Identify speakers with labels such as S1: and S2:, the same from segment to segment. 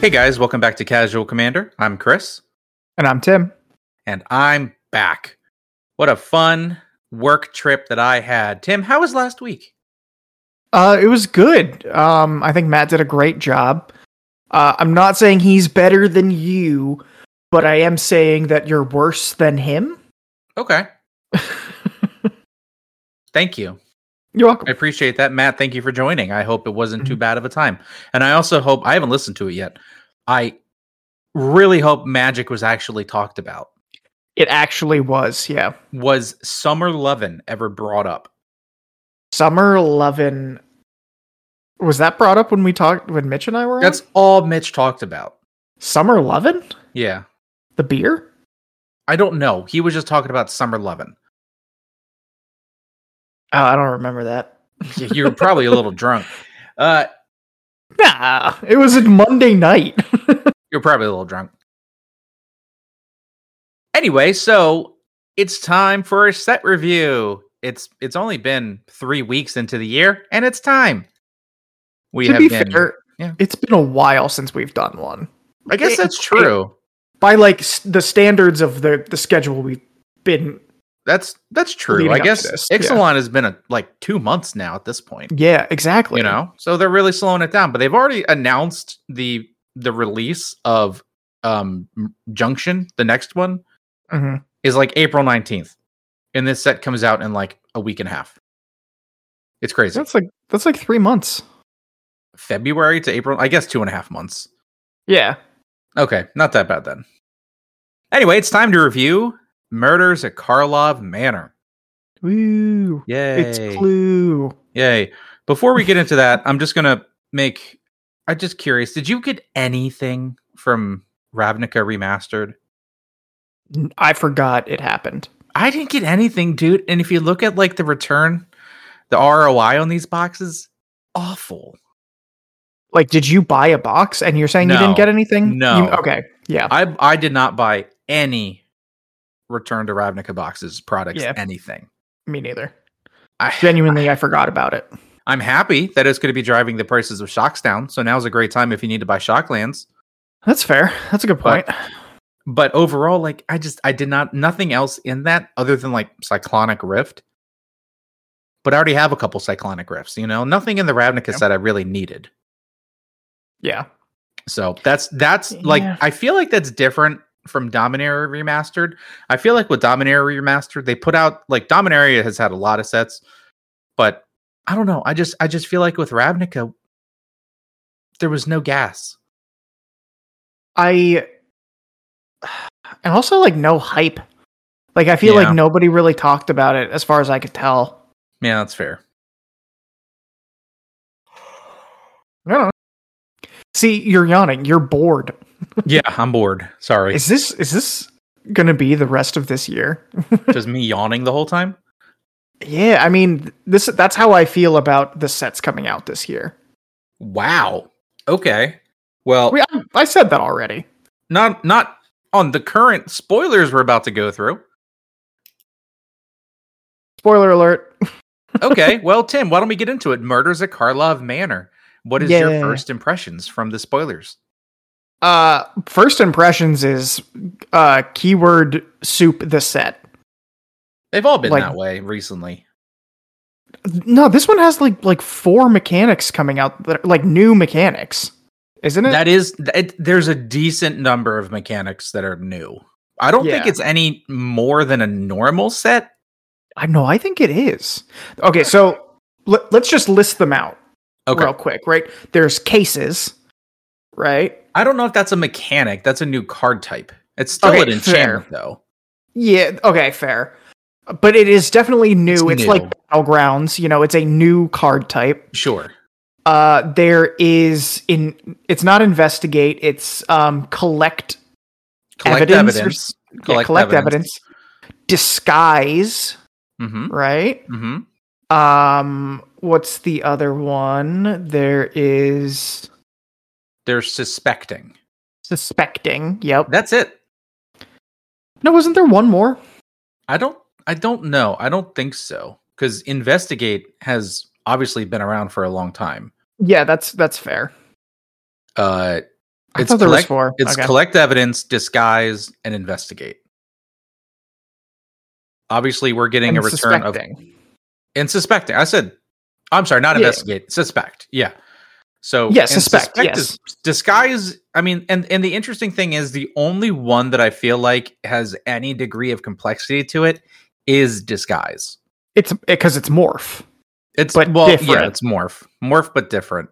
S1: Hey guys, welcome back to Casual Commander. I'm Chris,
S2: And I'm Tim.
S1: and I'm back. What a fun work trip that I had. Tim, how was last week?
S2: Uh, it was good. Um, I think Matt did a great job. Uh, I'm not saying he's better than you, but I am saying that you're worse than him.
S1: Okay. Thank you.
S2: You're
S1: I
S2: welcome.
S1: appreciate that, Matt. Thank you for joining. I hope it wasn't too bad of a time. And I also hope I haven't listened to it yet. I really hope magic was actually talked about.
S2: It actually was, yeah.
S1: Was Summer Lovin ever brought up?
S2: Summer Lovin. Was that brought up when we talked when Mitch and I were on?
S1: That's all Mitch talked about.
S2: Summer Lovin?
S1: Yeah.
S2: The beer?
S1: I don't know. He was just talking about Summer Lovin.
S2: Oh, I don't remember that.
S1: Yeah, you were probably a little drunk. Uh,
S2: Nah, it was a Monday night.
S1: you're probably a little drunk. Anyway, so it's time for a set review. It's it's only been three weeks into the year, and it's time. We
S2: to
S1: have
S2: be
S1: been.
S2: fair,
S1: yeah.
S2: it's been a while since we've done one.
S1: I guess
S2: It-
S1: that's true.
S2: by like s- the standards of the the schedule we've been
S1: That's that's true.
S2: Leading
S1: I
S2: up to
S1: guess
S2: this, yeah.
S1: Ixalan has been a, like two months now at this point.
S2: yeah exactly
S1: You know, so they're really slowing it down. But they've already announced the the release of um Junction, the next one,
S2: Mhm.
S1: is like April 19th. And this set comes out in like a week and a half. It's crazy.
S2: that's like that's like three months
S1: February to April, I guess two and a half months.
S2: yeah
S1: Okay, not that bad then. Anyway, it's time to review Murders at Karlov Manor.
S2: Woo.
S1: Yay.
S2: it's clue
S1: Yay. Before we get into that, I'm just going to make. I'm just curious. Did you get anything from Ravnica Remastered?
S2: N- i forgot it happened
S1: I didn't get anything, dude. And if you look at like the return, the ROI on these boxes, awful.
S2: like did you buy a box and you're saying you
S1: No.
S2: didn't get anything
S1: No.
S2: You- okay yeah
S1: I I did not buy any return to Ravnica boxes products
S2: Yeah.
S1: anything.
S2: me neither
S1: I,
S2: genuinely i forgot about it
S1: I'm happy that it's going to be driving the prices of shocks down. So now's a great time if you need to buy shocklands.
S2: that's fair that's a good
S1: But-
S2: point
S1: But overall, like I just I did not nothing else in that other than like cyclonic rift. But I already have a couple cyclonic rifts, you know. Nothing in the Ravnica
S2: Yeah.
S1: set I really needed.
S2: yeah
S1: So that's that's like
S2: Yeah.
S1: I feel like that's different from Dominaria remastered. I feel like with Dominaria remastered, they put out like Dominaria has had a lot of sets, but I don't know. I just I just feel like with Ravnica, there was no gas.
S2: i and also like no hype like i feel
S1: Yeah.
S2: like nobody really talked about it as far as i could tell
S1: Yeah, that's fair.
S2: I don't know. See, you're yawning. You're bored.
S1: yeah, I'm bored. Sorry,
S2: Is this is this gonna be the rest of this year?
S1: just me yawning the whole time.
S2: Yeah, I mean this that's how I feel about the sets coming out this year.
S1: Wow. Okay. Well,
S2: We, I, I said that already.
S1: not not on the current spoilers we're about to go through.
S2: Spoiler alert.
S1: okay, well, Tim, why don't we get into it? Murders at Karlov Manor. What is your
S2: Yeah.
S1: first impressions from the spoilers?
S2: Uh first impressions is uh keyword soup the set.
S1: They've all been
S2: Like-
S1: that way recently.
S2: No, this one has like like four mechanics coming out that are, like new mechanics. Isn't it?
S1: That is, it, there's a decent number of mechanics that are new. I don't think
S2: Yeah.
S1: it's any more than a normal set.
S2: I know, I think it is. Okay, so let, let's just list them out.
S1: Okay,
S2: real quick, right? There's cases, right?
S1: I don't know if that's a mechanic. That's a new card type. It's still
S2: Okay,
S1: an enchantment, though.
S2: Yeah, okay, fair. But it is definitely new.
S1: It's
S2: It's,
S1: new.
S2: like battlegrounds, you know, it's a new card type.
S1: Sure.
S2: Uh there is in it's not investigate, it's um collect
S1: Collect
S2: Evidence
S1: evidence.
S2: or yeah, collect, evidence. Disguise,
S1: Mm-hmm.
S2: right?
S1: Mm-hmm.
S2: Um what's the other one? There is
S1: They're suspecting.
S2: suspecting. Yep.
S1: That's it.
S2: No, wasn't there one more?
S1: I don't I don't know. I don't think so. Because investigate has obviously been around for a long time.
S2: Yeah, that's that's fair.
S1: Uh
S2: I
S1: It's
S2: thought there
S1: collect,
S2: was four.
S1: it's
S2: Okay.
S1: collect evidence, disguise, and investigate. Obviously, we're getting
S2: And
S1: a return of
S2: suspecting.
S1: and suspecting. I said, I'm sorry, not
S2: Yeah.
S1: investigate, suspect. Yeah. So
S2: Yeah,
S1: and
S2: suspect, yes.
S1: is disguise. I mean, and and the interesting thing is the only one that I feel like has any degree of complexity to it is disguise.
S2: it's because it's morph.
S1: It's
S2: But
S1: well, yeah,
S2: different.
S1: it's morph, morph, but different.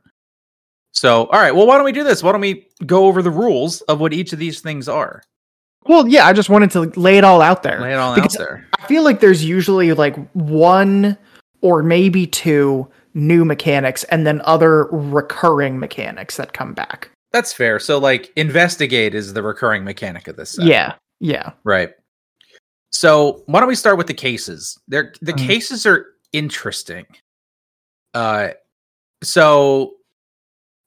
S1: So, all right. Well, why don't we do this? Why don't we go over the rules of what each of these things are?
S2: Well, yeah, I just wanted to lay it all out there.
S1: Lay it all
S2: Because
S1: out there.
S2: I feel like there's usually like one or maybe two new mechanics and then other recurring mechanics that come back.
S1: That's fair. So, like, investigate is the recurring mechanic of this. Set.
S2: Yeah. Yeah.
S1: Right. So why don't we start with the cases? They're, the
S2: Mhm.
S1: cases are interesting. Uh, so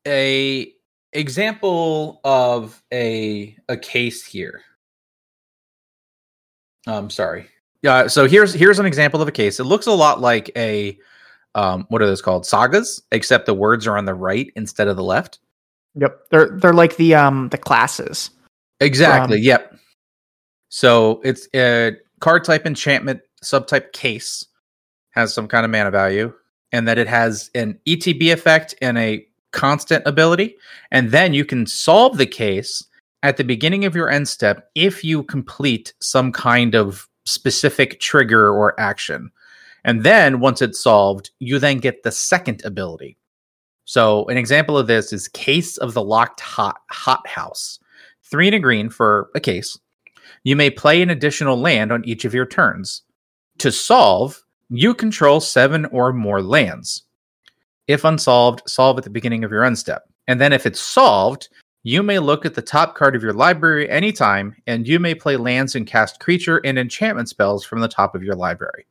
S1: a example of a a case here. I'm sorry. Yeah. So here's here's an example of a case. It looks a lot like a um, what are those called? Sagas, except the words are on the right instead of the left.
S2: Yep. They're they're like the um the classes.
S1: Exactly. yep. So it's a card type enchantment subtype case has some kind of mana value, and that it has an ETB effect and a constant ability, and then you can solve the case at the beginning of your end step if you complete some kind of specific trigger or action. And then once it's solved, you then get the second ability. So an example of this is Case of the Locked Hot Hot House three and a green for a case. You may play an additional land on each of your turns. To solve, you control seven or more lands. If unsolved, solve at the beginning of your end step. And then if it's solved, you may look at the top card of your library anytime, and you may play lands and cast creature and enchantment spells from the top of your library.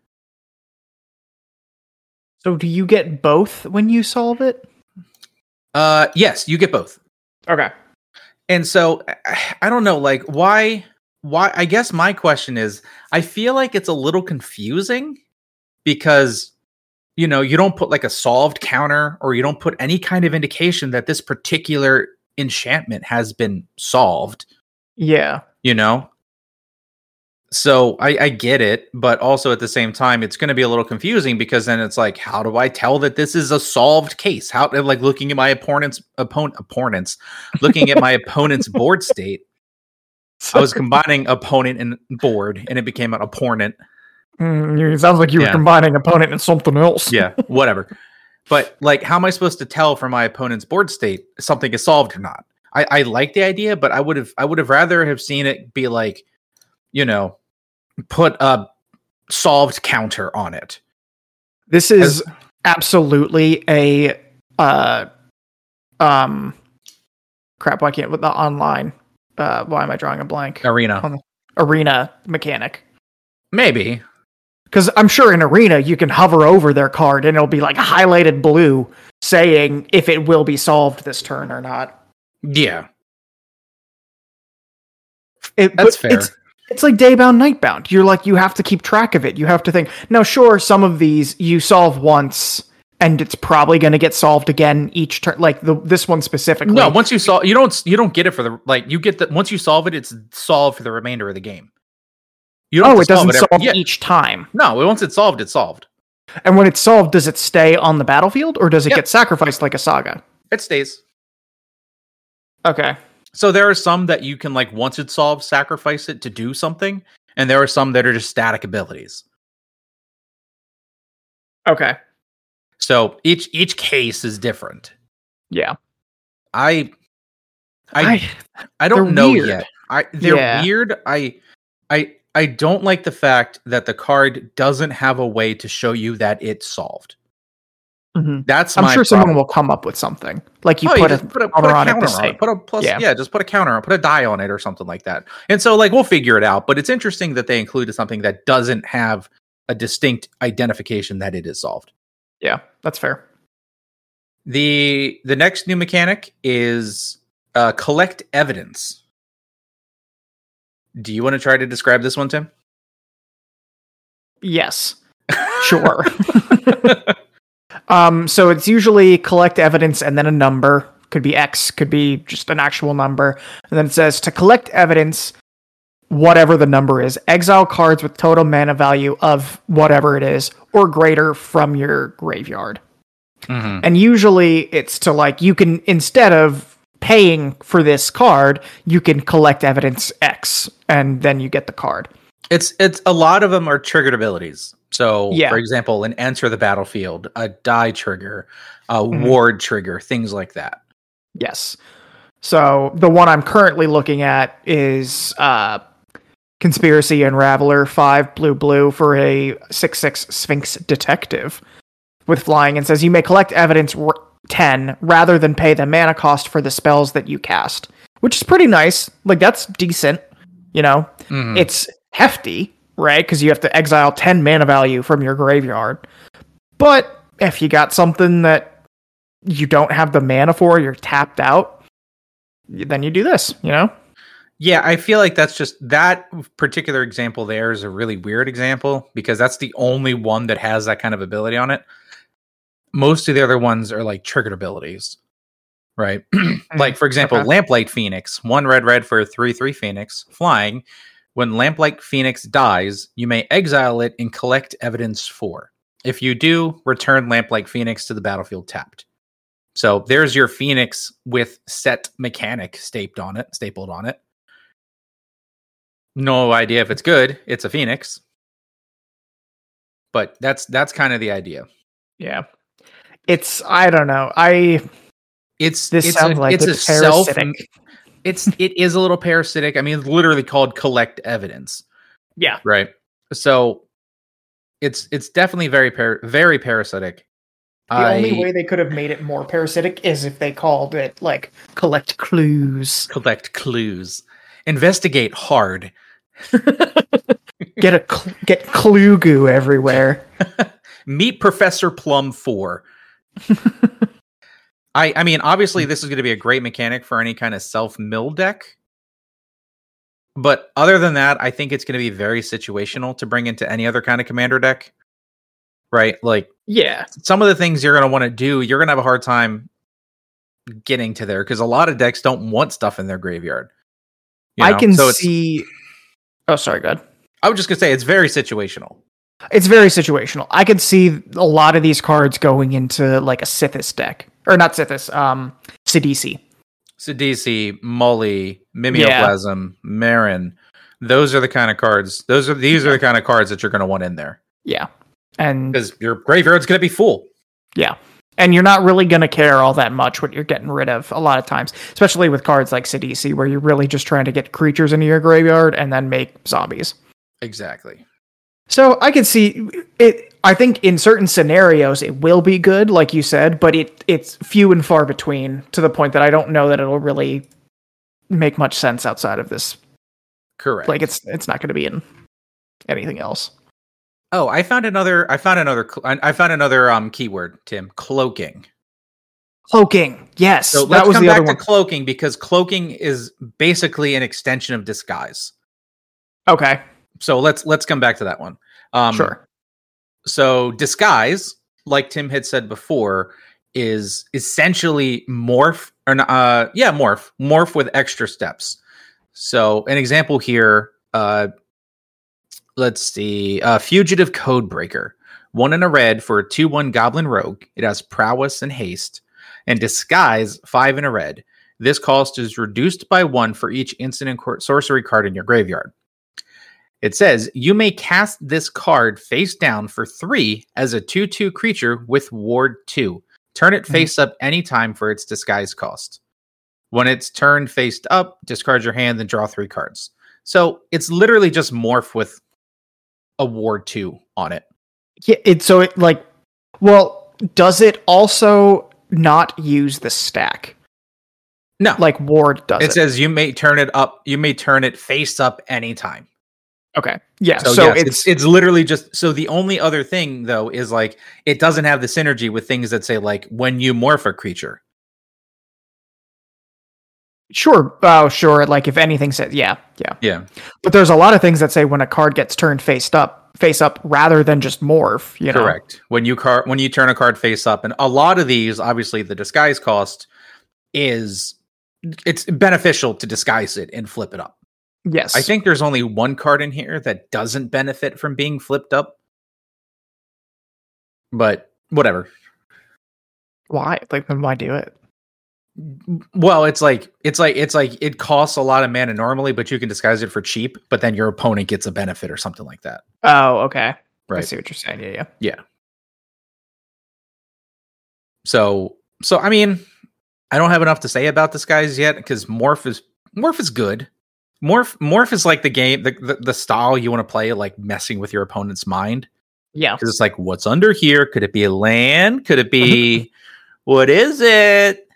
S2: So do you get both when you solve it?
S1: Uh, yes, you get both.
S2: Okay.
S1: and so I- i don't know like why why i guess my question is i feel like it's a little confusing because you know you don't put like a solved counter or you don't put any kind of indication that this particular enchantment has been solved
S2: Yeah.
S1: you know so i i get it but also at the same time it's going to be a little confusing because then it's like how do i tell that this is a solved case how like looking at my opponent's opponent opponents looking at my opponent's board state i was combining opponent and board and it became an opponent
S2: Mm, it sounds like you
S1: Yeah.
S2: were combining opponent and something else.
S1: yeah whatever but like how am i supposed to tell from my opponent's board state if something is solved or not i i like the idea but i would have i would have rather have seen it be like you know put a solved counter on it
S2: This is absolutely a uh um crap, why can't with the online uh why am I drawing a blank?
S1: arena
S2: Arena mechanic.
S1: maybe
S2: Because I'm sure in Arena you can hover over their card and it'll be like highlighted blue saying if it will be solved this turn or not.
S1: yeah
S2: It-
S1: That's
S2: but
S1: fair.
S2: It's, it's like daybound, nightbound. You're like, you have to keep track of it. You have to think. Now, sure, some of these you solve once and it's probably going to get solved again each turn. Like the, this one specifically.
S1: no once you solve you don't you don't get it for the like you get the once you solve it it's solved for the remainder of the game you don't
S2: oh,
S1: have
S2: it
S1: to
S2: doesn't
S1: every-
S2: solve
S1: yeah,
S2: each time.
S1: no once it's solved it's solved
S2: And when it's solved, does it stay on the battlefield or does it
S1: Yeah.
S2: get sacrificed like a saga?
S1: it stays
S2: Okay.
S1: So there are some that you can like once it's solved, sacrifice it to do something, and there are some that are just static abilities.
S2: Okay.
S1: So each each case is different.
S2: Yeah.
S1: I I I don't
S2: they're
S1: know
S2: weird.
S1: yet. I they're
S2: Yeah.
S1: weird. I I I don't like the fact that the card doesn't have a way to show you that it's solved.
S2: Mhm.
S1: That's
S2: I'm
S1: my
S2: sure someone
S1: problem.
S2: will come up with something. Like you
S1: Oh,
S2: put a
S1: just put a,
S2: counter on it to
S1: counter on
S2: say-
S1: it. Put a plus, yeah.
S2: Yeah.
S1: just put a counter on, it, put a die on it, or something like that. And so, like, we'll figure it out. But it's interesting that they included something that doesn't have a distinct identification that it is solved.
S2: Yeah, that's fair.
S1: the The next new mechanic is uh, collect evidence. Do you want to try to describe this one, Tim?
S2: Yes. Sure. um, so it's usually collect evidence and then a number could be X, could be just an actual number. And then it says to collect evidence, whatever the number is, exile cards with total mana value of whatever it is or greater from your graveyard.
S1: Mhm.
S2: And usually it's to like, you can, instead of paying for this card, you can collect evidence X and then you get the card.
S1: It's it's a lot of them are triggered abilities. So,
S2: Yeah.
S1: for example, an enter the battlefield, a die trigger, a
S2: Mhm.
S1: ward trigger, things like that.
S2: Yes. So the one I'm currently looking at is uh, Conspiracy Unraveler 5 Blue Blue for a 6 6 Sphinx Detective with flying and says you may collect evidence r- 10 rather than pay the mana cost for the spells that you cast, which is pretty nice. Like, that's decent. You know,
S1: Mhm.
S2: it's hefty, right? Because you have to exile 10 mana value from your graveyard. But if you got something that you don't have the mana for, you're tapped out, y- then you do this, you know?
S1: Yeah, I feel like that's just that particular example there is a really weird example because that's the only one that has that kind of ability on it. Most of the other ones are like triggered abilities, right? like, for example,
S2: okay.
S1: Lamplight Phoenix, one red, red for a 3 3 Phoenix, flying. When Lamplight Phoenix dies, you may exile it and collect evidence four. If you do, return Lamplight Phoenix to the battlefield tapped. So there's your Phoenix with set mechanic stapled on it, stapled on it. No idea if it's good. It's a Phoenix. But that's that's kind of the idea.
S2: Yeah. It's, I don't know. I,
S1: It's
S2: this
S1: it's
S2: sounds
S1: a,
S2: like
S1: it's a
S2: it's
S1: self
S2: parasitic.
S1: it's it is a little parasitic. I mean, it's literally called collect evidence.
S2: Yeah.
S1: Right. So it's it's definitely very par- very parasitic.
S2: The only way they could have made it more parasitic is if they called it like collect clues,
S1: collect clues. Investigate hard.
S2: get a cl- get clue goo everywhere.
S1: Meet Professor Plum 4. I I mean, obviously this is going to be a great mechanic for any kind of self-mill deck. But other than that, I think it's going to be very situational to bring into any other kind of commander deck. Right? Like
S2: Yeah,
S1: some of the things you're going to want to do, you're going to have a hard time getting to there because a lot of decks don't want stuff in their graveyard. You
S2: I
S1: know?
S2: can
S1: So it's-
S2: see. Oh, sorry, God.
S1: I was just going to say it's very situational.
S2: It's very situational. I could see a lot of these cards going into like a Sithis deck, or not Sithis, um, Sidisi.
S1: Sidisi, Molly, Mimeoplasm, Marin. Those are the kind of cards. Those are these are the kind of cards that you're going to want in there
S2: Yeah, and
S1: because your graveyard's going to be full.
S2: and you're not really gonna care all that much what you're getting rid of a lot of times, especially with cards like Sidisi, where you're really just trying to get creatures into your graveyard and then make zombies.
S1: Exactly.
S2: So I could see it. I think in certain scenarios it will be good, like you said, but it it's few and far between to the point that I don't know that it'll really make much sense outside of this
S1: Correct.
S2: like it's it's not going to be in anything else
S1: oh, I found another. I found another. cl- I I found another um keyword. Tim cloaking.
S2: cloaking yes
S1: So
S2: that
S1: let's
S2: was
S1: come
S2: the
S1: back
S2: other
S1: to
S2: one
S1: cloaking because cloaking is basically an extension of disguise.
S2: okay
S1: So let's let's come back to that one. Um,
S2: sure
S1: So disguise, like Tim had said before, is essentially morph or n- uh yeah, morph, morph with extra steps. So an example here, uh let's see, uh fugitive code breaker. One in a red for a 2-1 goblin rogue. It has prowess and haste and disguise 5 in a red. This cost is reduced by 1 for each instant and cor- sorcery card in your graveyard. It says you may cast this card face down for three as a 2 2 creature with ward 2. Turn it
S2: Mhm.
S1: face up anytime for its disguise cost. When it's turned faced up, discard your hand and draw three cards. So it's literally just morph with a ward 2 on it.
S2: yeah it so it like well does it also not use the stack
S1: No,
S2: like ward does
S1: it
S2: it,
S1: says you may turn it up, you may turn it face up anytime.
S2: okay yeah so,
S1: So, yes,
S2: it's,
S1: it's, it's literally just so the only other thing though is like it doesn't have the synergy with things that say like when you morph a creature.
S2: sure oh sure like if anything says yeah yeah
S1: Yeah.
S2: but there's a lot of things that say when a card gets turned faced up face up rather than just morph you know
S1: Correct. When you car when you turn a card face up and a lot of these obviously the disguise cost is it's beneficial to disguise it and flip it up.
S2: Yes.
S1: I think there's only one card in here that doesn't benefit from being flipped up. But whatever.
S2: why? Like then why do it?
S1: Well, it's like it's like it's like it costs a lot of mana normally, but you can disguise it for cheap, but then your opponent gets a benefit or something like that.
S2: Oh, okay. I
S1: Right.
S2: see what you're saying. Yeah, yeah.
S1: So so I mean, I don't have enough to say about disguise yet because morph is morph is good. Morph morph is like the game the, the, the style you want to play, like messing with your opponent's mind.
S2: Yeah.
S1: Because it's like, what's under here? Could it be a land? Could it be what is it?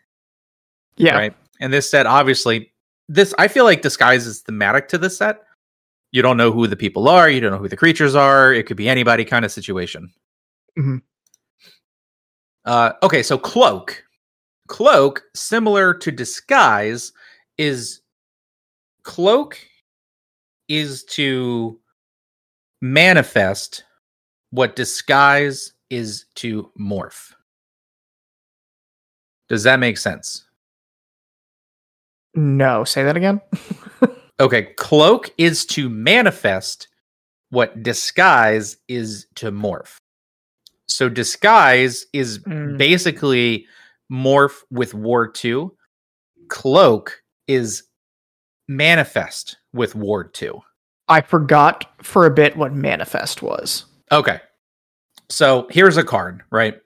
S2: Yeah.
S1: Right. And this set, obviously, this I feel like disguise is thematic to this set. You don't know who the people are. You don't know who the creatures are. It could be anybody kind of situation.
S2: Mhm.
S1: Uh, okay, so cloak, cloak, similar to disguise, is cloak is to manifest what disguise is to morph. Does that make sense?
S2: No, say that again.
S1: Okay, cloak is to manifest what disguise is to morph. So disguise is
S2: Mm.
S1: basically morph with war 2. Cloak is manifest with ward 2.
S2: I forgot for a bit what manifest was.
S1: Okay. So here's a card, right?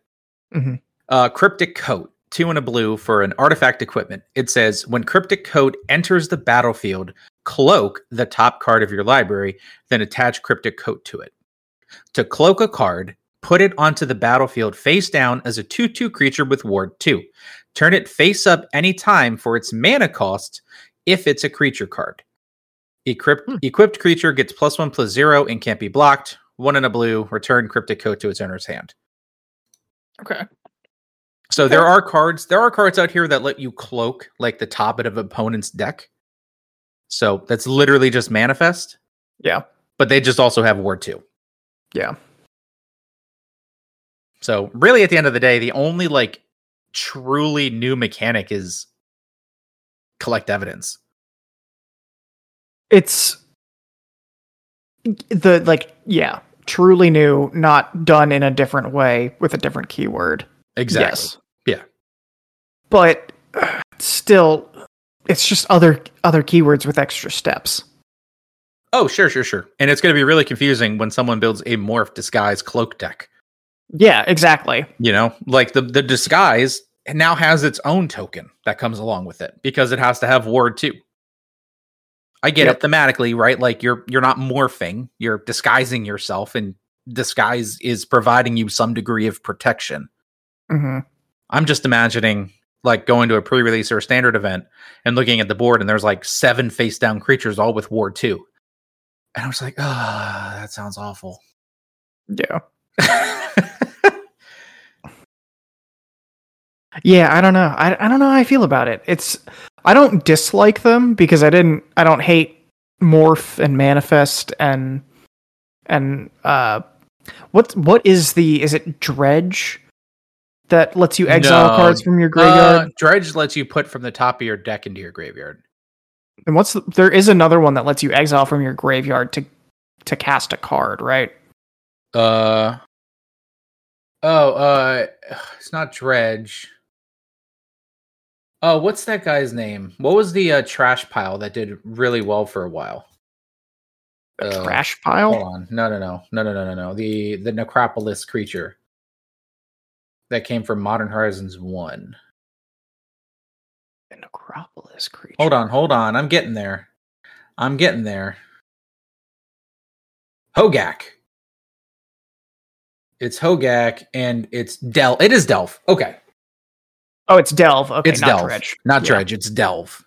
S2: Mhm.
S1: Uh, cryptic coat, two and a blue for an artifact equipment. It says when cryptic coat enters the battlefield, cloak the top card of your library, then attach cryptic coat to it. To cloak a card, put it onto the battlefield face down as a 2 2 creature with ward 2. Turn it face up anytime for its mana cost if it's a creature card. Equipped,
S2: Hmm.
S1: equipped creature gets plus one plus zero and can't be blocked. One in a blue, return cryptic code to its owner's hand.
S2: Okay.
S1: So there are cards, there are cards out here that let you cloak like the top of an opponent's deck. So that's literally just manifest.
S2: Yeah.
S1: But they just also have ward two.
S2: Yeah.
S1: So really at the end of the day, the only like truly new mechanic is collect evidence.
S2: It's the like yeah, truly new, not done in a different way with a different keyword.
S1: Exactly. Yeah.
S2: But uh, still it's just other other keywords with extra steps.
S1: Oh, sure, sure, sure. And it's going to be really confusing when someone builds a morph disguise cloak deck.
S2: Yeah, exactly.
S1: You know, like the the disguise now has its own token that comes along with it because it has to have ward too. I get
S2: Yep.
S1: it thematically, right? Like you're you're not morphing, you're disguising yourself, and disguise is providing you some degree of protection.
S2: hmm
S1: I'm just imagining like going to a pre-release or a standard event and looking at the board and there's like seven face down creatures all with ward two. And I was like, ah, that sounds awful.
S2: Yeah. Yeah, I don't know. I, I don't know how I feel about it. It's I don't dislike them because I didn't I don't hate morph and manifest and and uh what what is the is it dredge that lets you exile
S1: No.
S2: cards from your graveyard?
S1: uh, Dredge lets you put from the top of your deck into your graveyard.
S2: and what's the, there is another one that lets you exile from your graveyard to to cast a card, right?
S1: Uh oh, uh it's not Dredge. Oh, what's that guy's name? What was the uh, trash pile that did really well for a while?
S2: A
S1: Uh,
S2: trash pile.
S1: Hold on. No, no, no, no, no, no, no, no. The the necropolis creature that came from Modern Horizons One.
S2: An Necropolis creature.
S1: Hold on, hold on. I'm getting there. I'm getting there. Hogak. It's Hogak and it's Del. It is Delph. Okay,
S2: Oh, it's delve. Okay,
S1: it's
S2: not
S1: Delph,
S2: dredge.
S1: not
S2: Yeah.
S1: Dredge. It's Delph.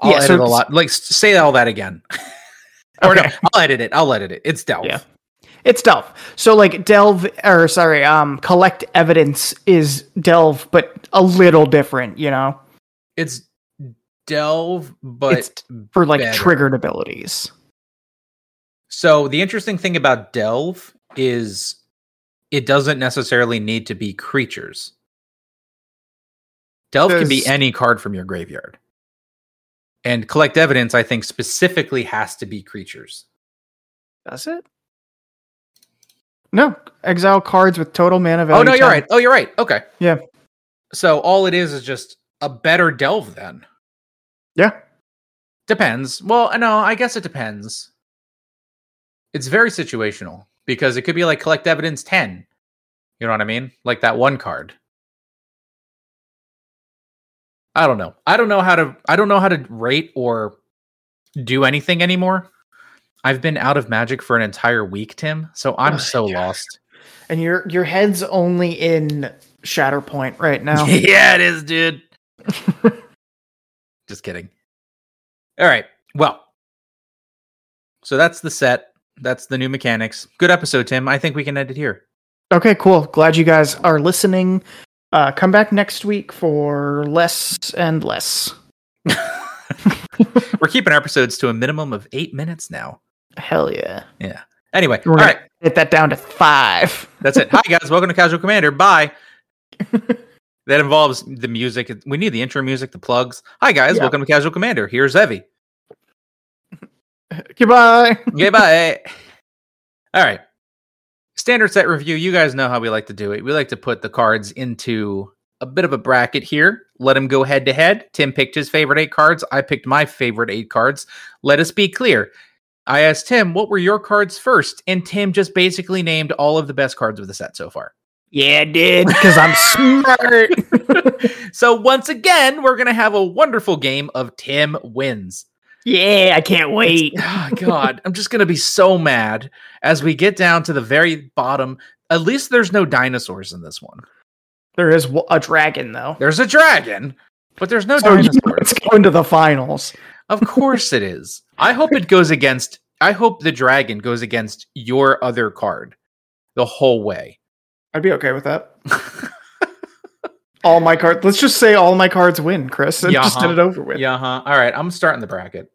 S1: I'll
S2: Yeah,
S1: edit
S2: so
S1: a
S2: it's-
S1: lot. Like s- say all that again. or
S2: Okay.
S1: no, I'll edit it. I'll edit it. It's Delph.
S2: Yeah. It's delve. So like delve or sorry, um collect evidence is delve but a little different, you know,
S1: It's Delve, but
S2: It's for like
S1: Better.
S2: triggered abilities.
S1: So the interesting thing about delve is it doesn't necessarily need to be creatures. Delve can be
S2: There's-
S1: any card from your graveyard. And collect evidence, I think, specifically has to be creatures.
S2: Does it? No. Exile cards with total mana value.
S1: Oh no, you're
S2: 10.
S1: right. Oh, you're right. Okay.
S2: Yeah.
S1: So all it is is just a better delve then.
S2: Yeah.
S1: Depends. Well, no, I guess it depends. It's very situational because it could be like collect evidence 10. You know what I mean? Like that one card. I don't know. I don't know how to I don't know how to rate or do anything anymore. I've been out of magic for an entire week, Tim, so I'm
S2: Oh,
S1: so
S2: yeah.
S1: lost.
S2: And your your head's only in Shatterpoint right
S1: Oh.
S2: now.
S1: yeah, it is, dude. Just kidding. All right. Well, so that's the set. That's the new mechanics. Good episode, Tim. I think we can end it here.
S2: okay, cool. Glad you guys are listening. Uh, come back next week for less and less.
S1: We're keeping our episodes to a minimum of eight minutes now.
S2: Hell yeah.
S1: Anyway,
S2: We're
S1: all
S2: gonna
S1: right.
S2: Get that down to five.
S1: That's it. Hi, guys. Welcome to Casual Commander. Bye. that involves the music. We need the intro music, the plugs. Hi, guys.
S2: Yeah.
S1: Welcome to Casual Commander. Here's Evie.
S2: Goodbye.
S1: okay, bye. All right. Standard set review. You guys know how we like to do it. We like to put the cards into a bit of a bracket here. Let them go head to head. Tim picked his favorite eight cards. I picked my favorite eight cards. Let us be clear. I asked Tim, what were your cards first? And Tim just basically named all of the best cards of the set so far.
S2: Yeah, dude. Because I'm smart.
S1: so, once again, we're going to have a wonderful game of Tim wins.
S2: yeah, I can't wait.
S1: oh god i'm just gonna be so mad as we get down to the very bottom at least there's no dinosaurs in this one
S2: There is w- a dragon though.
S1: there's a dragon but there's no
S2: So you
S1: dinosaurs
S2: know it's going to the finals.
S1: of course it is i hope it goes against i hope the dragon goes against your other card the whole way
S2: I'd be okay with that. all my cards. Let's just say all my cards win, Chris, and
S1: Yeah,
S2: just
S1: uh-huh.
S2: get it over with.
S1: yeah huh all right i'm starting the bracket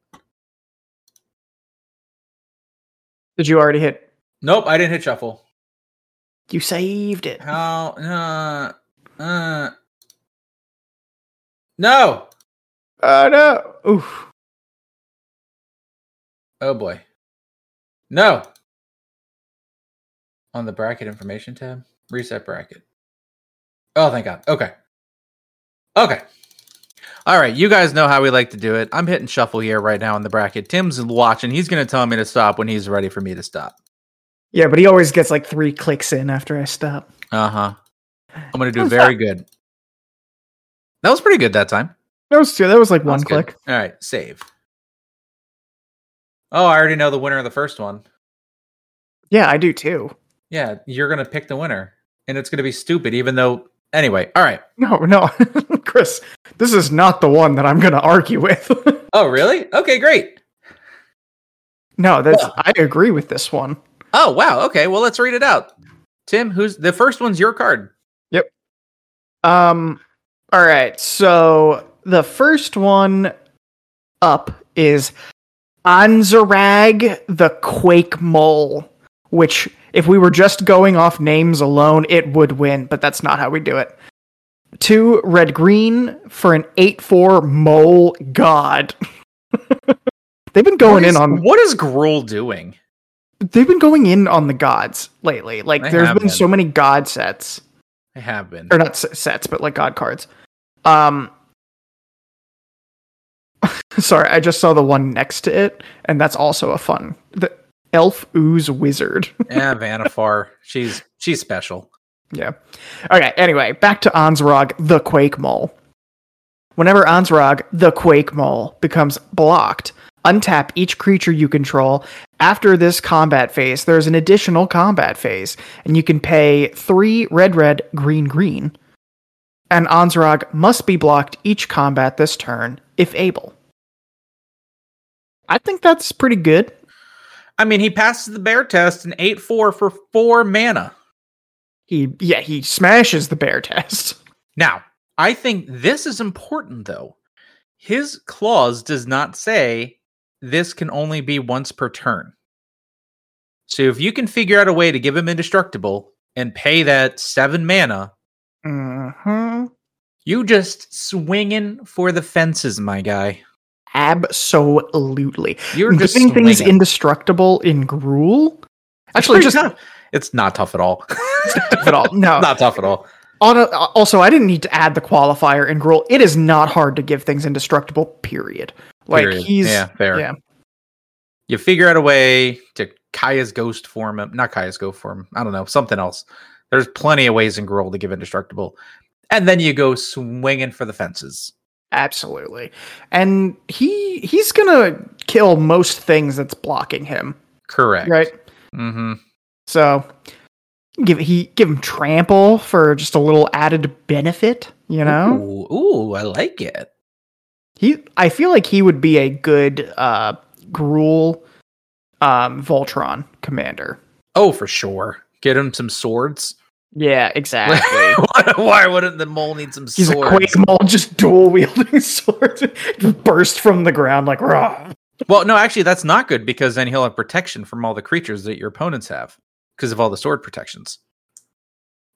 S2: Did you already hit?
S1: nope i didn't hit shuffle
S2: You saved it.
S1: how uh, uh no
S2: Oh no! Oof.
S1: Oh boy. No. On the bracket information tab, reset bracket. Oh, thank God. Okay. Okay. All right. You guys know how we like to do it. I'm hitting shuffle here right now in the bracket. Tim's watching. He's going to tell me to stop when he's ready for me to stop.
S2: Yeah, but he always gets like three clicks in after I stop.
S1: Uh huh. I'm going to do very good. That was pretty good that time.
S2: That was two. That was like
S1: That
S2: one
S1: was good.
S2: click.
S1: All right. Save. Oh, I already know the winner of the first one.
S2: Yeah, I do too.
S1: Yeah, you're gonna pick the winner, and it's gonna be stupid, even though. Anyway, all right.
S2: No, no, Chris, this is not the one that I'm going to argue with.
S1: Oh, really? Okay, great.
S2: no, that's I agree with this one.
S1: Oh, wow. Okay, well, let's read it out. Tim, who's the first one's your card?
S2: Um, all right. So the first one up is Anzarag the Quake Mole, which, if we were just going off names alone, it would win, but that's not how we do it. Two red green for an 8 4 mole god. they've been going
S1: What is-
S2: in on
S1: what is Gruul doing?
S2: they've been going in on the gods lately. Like
S1: They
S2: there's
S1: have
S2: been
S1: been.
S2: so many god sets
S1: I have been.
S2: or not s- sets, but like god cards. Um, sorry, I just saw the one next to it, and that's also a fun the elf ooze wizard.
S1: yeah, Vanifar. She's she's special.
S2: yeah. Okay. Anyway, back to Anzrog the Quake Mole. Whenever Anzrog the Quake Mole becomes blocked, untap each creature you control. After this combat phase, there's an additional combat phase, and you can pay three red, red, green, green. And Anzrog must be blocked each combat this turn, if able. I think that's pretty good.
S1: I mean, he passes the bear test in eight four for four mana.
S2: He, yeah, he smashes the bear test.
S1: Now, I think this is important though. His clause does not say this can only be once per turn. So if you can figure out a way to give him indestructible and pay that seven mana,
S2: Mm-hmm.
S1: You just swinging for the fences, my guy.
S2: Absolutely.
S1: You're just
S2: Giving things
S1: swinging.
S2: indestructible in Gruul? Actually,
S1: Pretty
S2: just
S1: tough. It's not tough at all. It's not tough
S2: at all. No.
S1: Not tough at all.
S2: on a, also, I didn't need to add the qualifier in Gruul. It is not hard to give things indestructible, period. Like,
S1: Period.
S2: he's.
S1: yeah, fair.
S2: yeah.
S1: You figure out a way to Kaya's ghost form him, not Kaya's ghost form. I don't know something else. There's plenty of ways in Gruul to give indestructible, and then you go swinging for the fences.
S2: Absolutely. And he he's gonna kill most things that's blocking him.
S1: Correct.
S2: Right?
S1: Mm-hmm.
S2: So give he give him trample for just a little added benefit, you know?
S1: Ooh, ooh, I like it.
S2: He I feel like he would be a good uh gruel um Voltron commander.
S1: Oh, for sure. Get him some swords.
S2: Yeah, exactly.
S1: Why- Why wouldn't the mole need some
S2: He's
S1: swords?
S2: a quake mole just dual wielding swords just burst from the ground like raw.
S1: Well, no, actually, that's not good because then he'll have protection from all the creatures that your opponents have because of all the sword protections.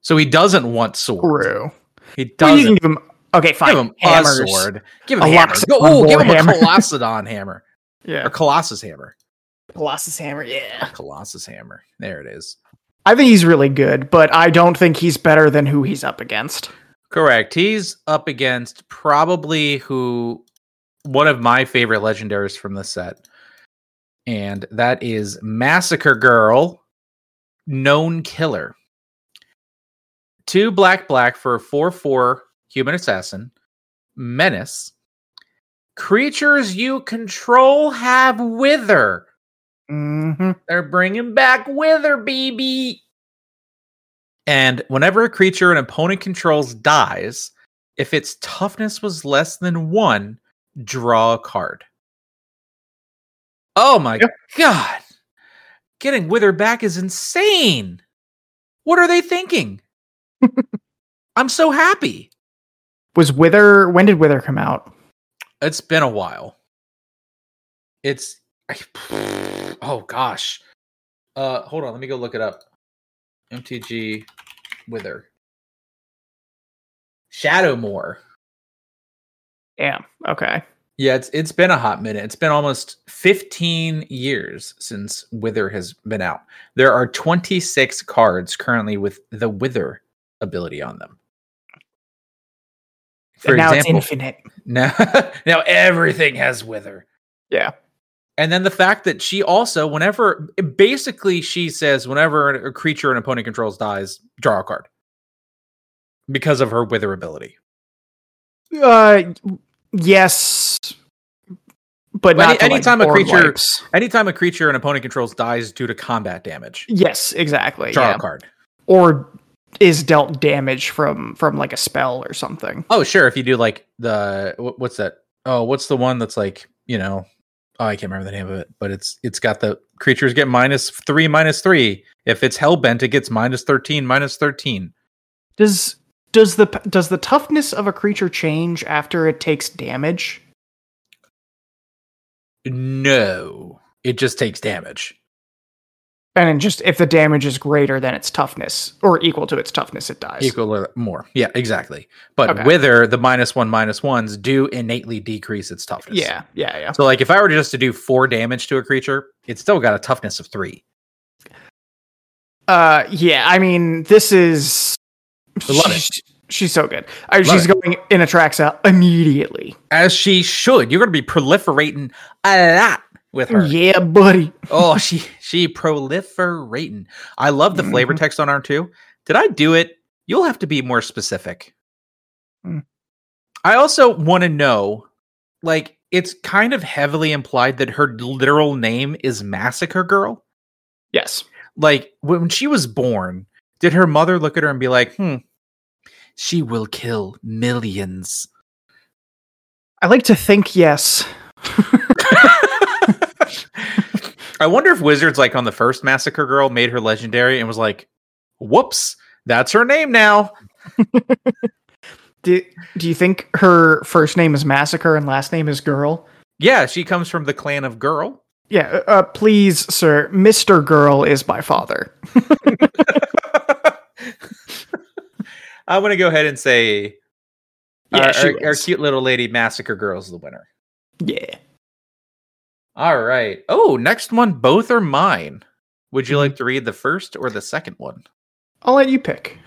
S1: So he doesn't want swords.
S2: True.
S1: He
S2: Well, you
S1: doesn't
S2: can give him okay, fine.
S1: give him a
S2: hammers.
S1: sword. Give him
S2: A
S1: a hammer. Go,
S2: Loxodon
S1: ooh, give him
S2: warhammer.
S1: a Colossodon hammer
S2: Yeah.
S1: or Colossus hammer.
S2: Colossus hammer, yeah.
S1: Colossus hammer. There it is.
S2: I think he's really good, but I don't think he's better than who he's up against.
S1: Correct. He's up against probably who one of my favorite legendaries from this set, and that is Massacre Girl, Known Killer. Two black black for a four four human assassin, menace. Creatures you control have wither.
S2: Mm-hmm.
S1: They're bringing back Wither, baby. And whenever a creature an opponent controls dies, if its toughness was less than one, draw a card. Oh my
S2: Yep.
S1: god. Getting Wither back is insane. What are they thinking? I'm so happy.
S2: Was Wither? When did Wither come out?
S1: It's been a while. It's oh gosh. Uh hold on, let me go look it up. MTG Wither. Shadowmoor.
S2: Damn. Okay.
S1: Yeah, it's it's been a hot minute. It's been almost 15 years since Wither has been out. There are 26 cards currently with the Wither ability on them. For
S2: and now
S1: example,
S2: it's infinite.
S1: now, now everything has wither.
S2: Yeah.
S1: And then the fact that she also, whenever basically she says, whenever a creature an opponent controls dies, draw a card because of her wither ability.
S2: Uh, yes, but
S1: Well,
S2: not
S1: any-
S2: to, like,
S1: anytime a
S2: board
S1: creature-
S2: wipes.
S1: Anytime a creature an opponent controls dies due to combat damage,
S2: Yes, exactly.
S1: draw
S2: yeah.
S1: a card.
S2: Or is dealt damage from from like a spell or something.
S1: Oh, sure. If you do like the wh- what's that? Oh, what's the one that's like you know? Oh, I can't remember the name of it, but it's it's got the creatures get minus three, minus three. If it's hellbent, it gets minus thirteen, minus thirteen.
S2: Does does the does the toughness of a creature change after it takes damage?
S1: No, it just takes damage.
S2: And then just if the damage is greater than its toughness or equal to its toughness, it dies.
S1: Equal or more. Yeah, exactly. But
S2: Okay.
S1: wither, the minus one, minus ones do innately decrease its toughness.
S2: Yeah, yeah, yeah.
S1: So, like, if I were just to do four damage to a creature, it's still got a toughness of three.
S2: Uh, yeah. I mean, this is.
S1: I love it.
S2: she's, she's so good. I,
S1: Love
S2: she's going in Atraxa immediately.
S1: As she should. You're going to be proliferating a lot with her.
S2: Yeah, buddy.
S1: Oh, she she proliferating. I love the flavor
S2: Mhm.
S1: text on R2. Did I do it? You'll have to be more specific.
S2: Mm.
S1: I also want to know, like, it's kind of heavily implied that her literal name is Massacre Girl.
S2: Yes.
S1: Like, when she was born, did her mother look at her and be like, hmm, she will kill millions?
S2: I like to think yes.
S1: I wonder if Wizards, like on the first Massacre Girl, made her legendary and was like, whoops, that's her name now.
S2: Do, do you think her first name is Massacre and last name is Girl?
S1: Yeah, she comes from the clan of Girl.
S2: Yeah, uh, please, sir. Mr. Girl is my father.
S1: I'm going to go ahead and say
S2: Yeah,
S1: our,
S2: she
S1: our, our
S2: wins.
S1: cute little lady massacre girl is the winner.
S2: Yeah.
S1: All right. Oh, next one. Both are mine. Would
S2: Mm-hmm.
S1: you like to read the first or the second one?
S2: I'll let you pick.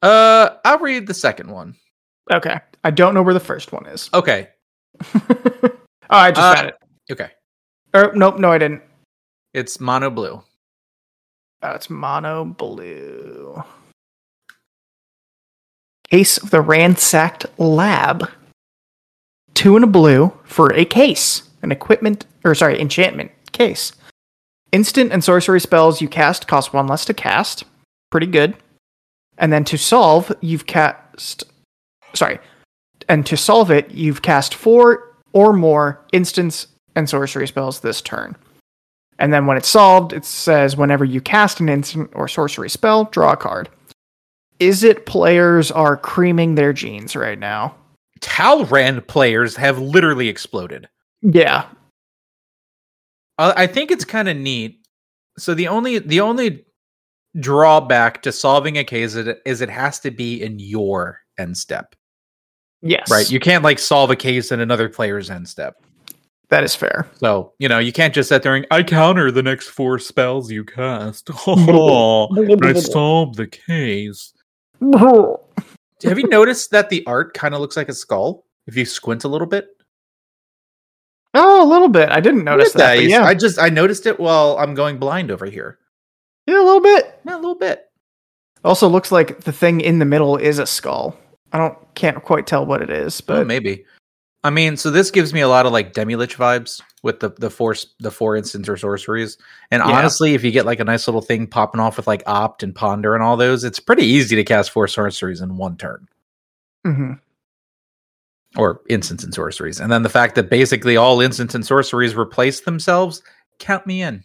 S1: Uh, I'll read the second one.
S2: Okay. I don't know where the first one is.
S1: Okay.
S2: oh, I just
S1: Uh,
S2: got it.
S1: Okay.
S2: Or, nope, no, I didn't.
S1: It's mono blue.
S2: Oh, it's mono blue. Case of the ransacked lab. Two in a blue for a case, an equipment, or sorry, enchantment case. Instant and sorcery spells you cast cost one less to cast. Pretty good. And then to solve, you've cast. Sorry. And to solve it, you've cast four or more instants and sorcery spells this turn. And then when it's solved, it says whenever you cast an instant or sorcery spell, draw a card. Is it players are creaming their jeans right now?
S1: Talrand players have literally exploded.
S2: Yeah.
S1: Uh, I I think it's kind of neat. So the only the only drawback to solving a case is it- is it has to be in your end step,
S2: Yes.
S1: right? You can't like solve a case in another player's end step.
S2: that is fair.
S1: So you know you can't just sit there and I counter the next four spells you cast. but I solved the case.
S2: Oh,
S1: Have you noticed that the art kind of looks like a skull if you squint a little bit?
S2: Oh, a little bit. I didn't notice
S1: Look at
S2: that. but Yeah.
S1: I just I noticed it while I'm going blind over here.
S2: yeah, a little bit.
S1: Yeah, a little bit.
S2: Also looks like the thing in the middle is a skull. I don't can't quite tell what it is,
S1: Oh,
S2: but
S1: maybe. I mean, so this gives me a lot of like Demilich vibes with the the force the four instants or sorceries. And
S2: Yeah.
S1: honestly, if you get like a nice little thing popping off with like Opt and Ponder and all those, it's pretty easy to cast four sorceries in one turn
S2: Mhm.
S1: or instants and sorceries. And then the fact that basically all instants and sorceries replace themselves, count me in.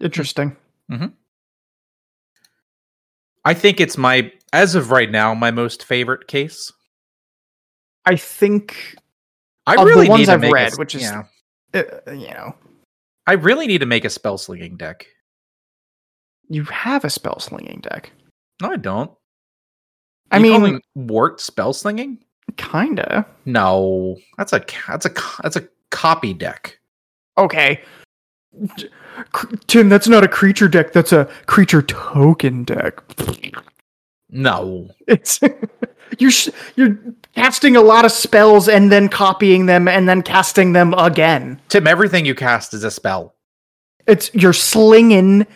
S2: interesting.
S1: I think it's my as of right now my most favorite case.
S2: I think
S1: I
S2: Of the
S1: really
S2: ones
S1: need to
S2: I've
S1: make a
S2: read,
S1: s-
S2: which is-
S1: yeah.
S2: uh, you know,
S1: I really need to make a spell slinging deck.
S2: you have a spell slinging deck.
S1: No, I don't.
S2: I
S1: You
S2: mean,
S1: calling wart spell slinging?
S2: kinda.
S1: No, that's a ca- that's a co- that's a copy deck.
S2: Okay. T- cr- Tim, that's not a creature deck. That's a creature token deck.
S1: No,
S2: It's you're sh- you're casting a lot of spells and then copying them and then casting them again.
S1: Tim, everything you cast is a spell.
S2: It's you're slinging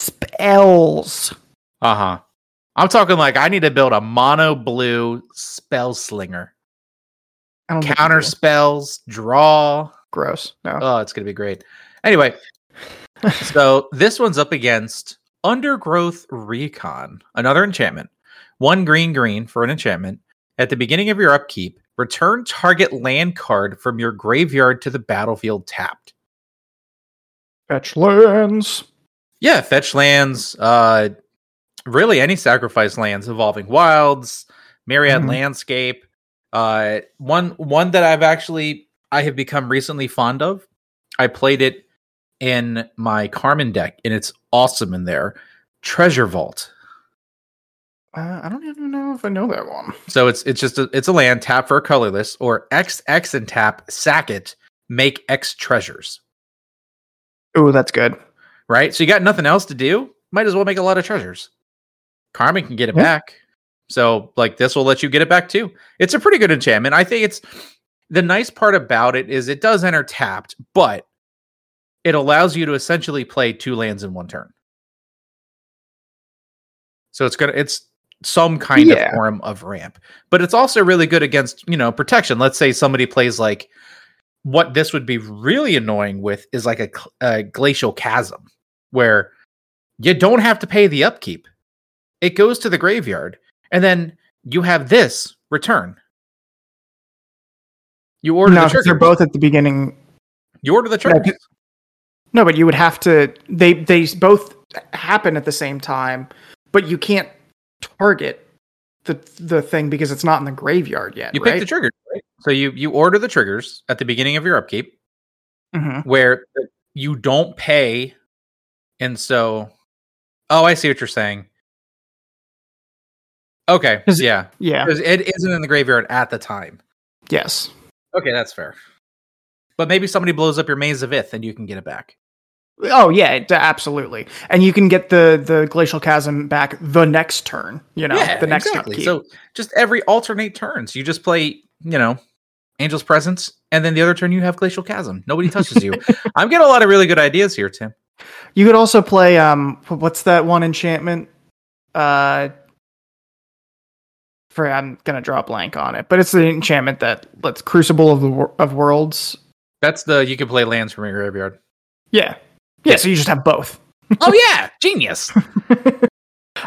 S2: spells.
S1: Uh huh. I'm talking like I need to build a mono blue spell slinger.
S2: I don't think you
S1: Counter
S2: do.
S1: spells, draw.
S2: gross. No.
S1: Oh, it's gonna be great. Anyway, so this one's up against Undergrowth Recon, another enchantment. One green green for an enchantment. At the beginning of your upkeep, return target land card from your graveyard to the battlefield tapped.
S2: Fetch lands.
S1: Yeah, fetch lands. Uh, really, any sacrifice lands involving wilds, myriad
S2: Mhm.
S1: landscape. Uh, one one that I've actually I have become recently fond of. I played it in my Carmen deck, and it's awesome in there. Treasure Vault.
S2: Uh, I don't even know if I know that one.
S1: So it's it's just a, it's a land tap for a colorless or X X and tap sack it make X treasures.
S2: Oh, that's good.
S1: right? So you got nothing else to do. Might as well make a lot of treasures. Carmen can get it
S2: Yeah.
S1: back. So like this will let you get it back too. It's a pretty good enchantment. I think it's the nice part about it is it does enter tapped, but it allows you to essentially play two lands in one turn. So it's gonna it's some kind
S2: Yeah.
S1: of form of ramp. But it's also really good against, you know, protection. Let's say somebody plays like what this would be really annoying with is like a, cl- a glacial chasm where you don't have to pay the upkeep. It goes to the graveyard and then you have this return. You order
S2: no,
S1: the
S2: 'cause they're
S1: triggers.
S2: both at the beginning
S1: you order the triggers.
S2: Yeah, No, but you would have to. They they both happen at the same time, but you can't target the the thing because it's not in the graveyard yet.
S1: You
S2: right?
S1: pick the triggers, right? So you you order the triggers at the beginning of your upkeep
S2: Mhm.
S1: where you don't pay and so oh, I see what you're saying. Okay.
S2: Is-
S1: Yeah.
S2: Yeah.
S1: Because it isn't in the graveyard at the time.
S2: Yes.
S1: Okay, that's fair. But maybe somebody blows up your maze of ith and you can get it back.
S2: Oh yeah, d- absolutely. And you can get the the glacial chasm back the next turn. You know, the next upkeep.
S1: So just every alternate turns, you just play, you know, Angel's Presence, and then the other turn you have Glacial Chasm. Nobody touches you. I'm getting a lot of really good ideas here, Tim.
S2: you could also play um, wh- what's that one enchantment? Uh, for I'm gonna draw a blank on it, but it's the enchantment that lets Crucible of the Wor- of Worlds.
S1: That's the you can play lands from your graveyard.
S2: Yeah, yeah. So you just have both.
S1: oh yeah, genius.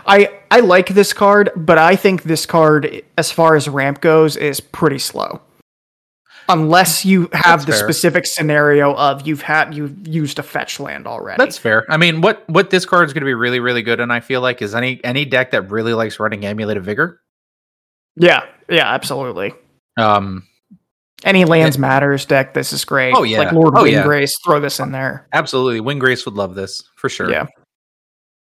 S2: I I like this card, but I think this card, as far as ramp goes, is pretty slow. Unless you have
S1: That's
S2: the
S1: fair.
S2: specific scenario of you've had you've used a fetch land already.
S1: That's fair. I mean, what what this card is going to be really really good, and I feel like is any any deck that really likes running Amulet of Vigor.
S2: yeah, yeah, absolutely.
S1: Um,
S2: Any lands matters deck. This is great.
S1: Oh, yeah.
S2: like Lord
S1: Oh,
S2: Windgrace,
S1: yeah.
S2: throw this in there.
S1: absolutely, Wing Grace would love this for sure.
S2: Yeah,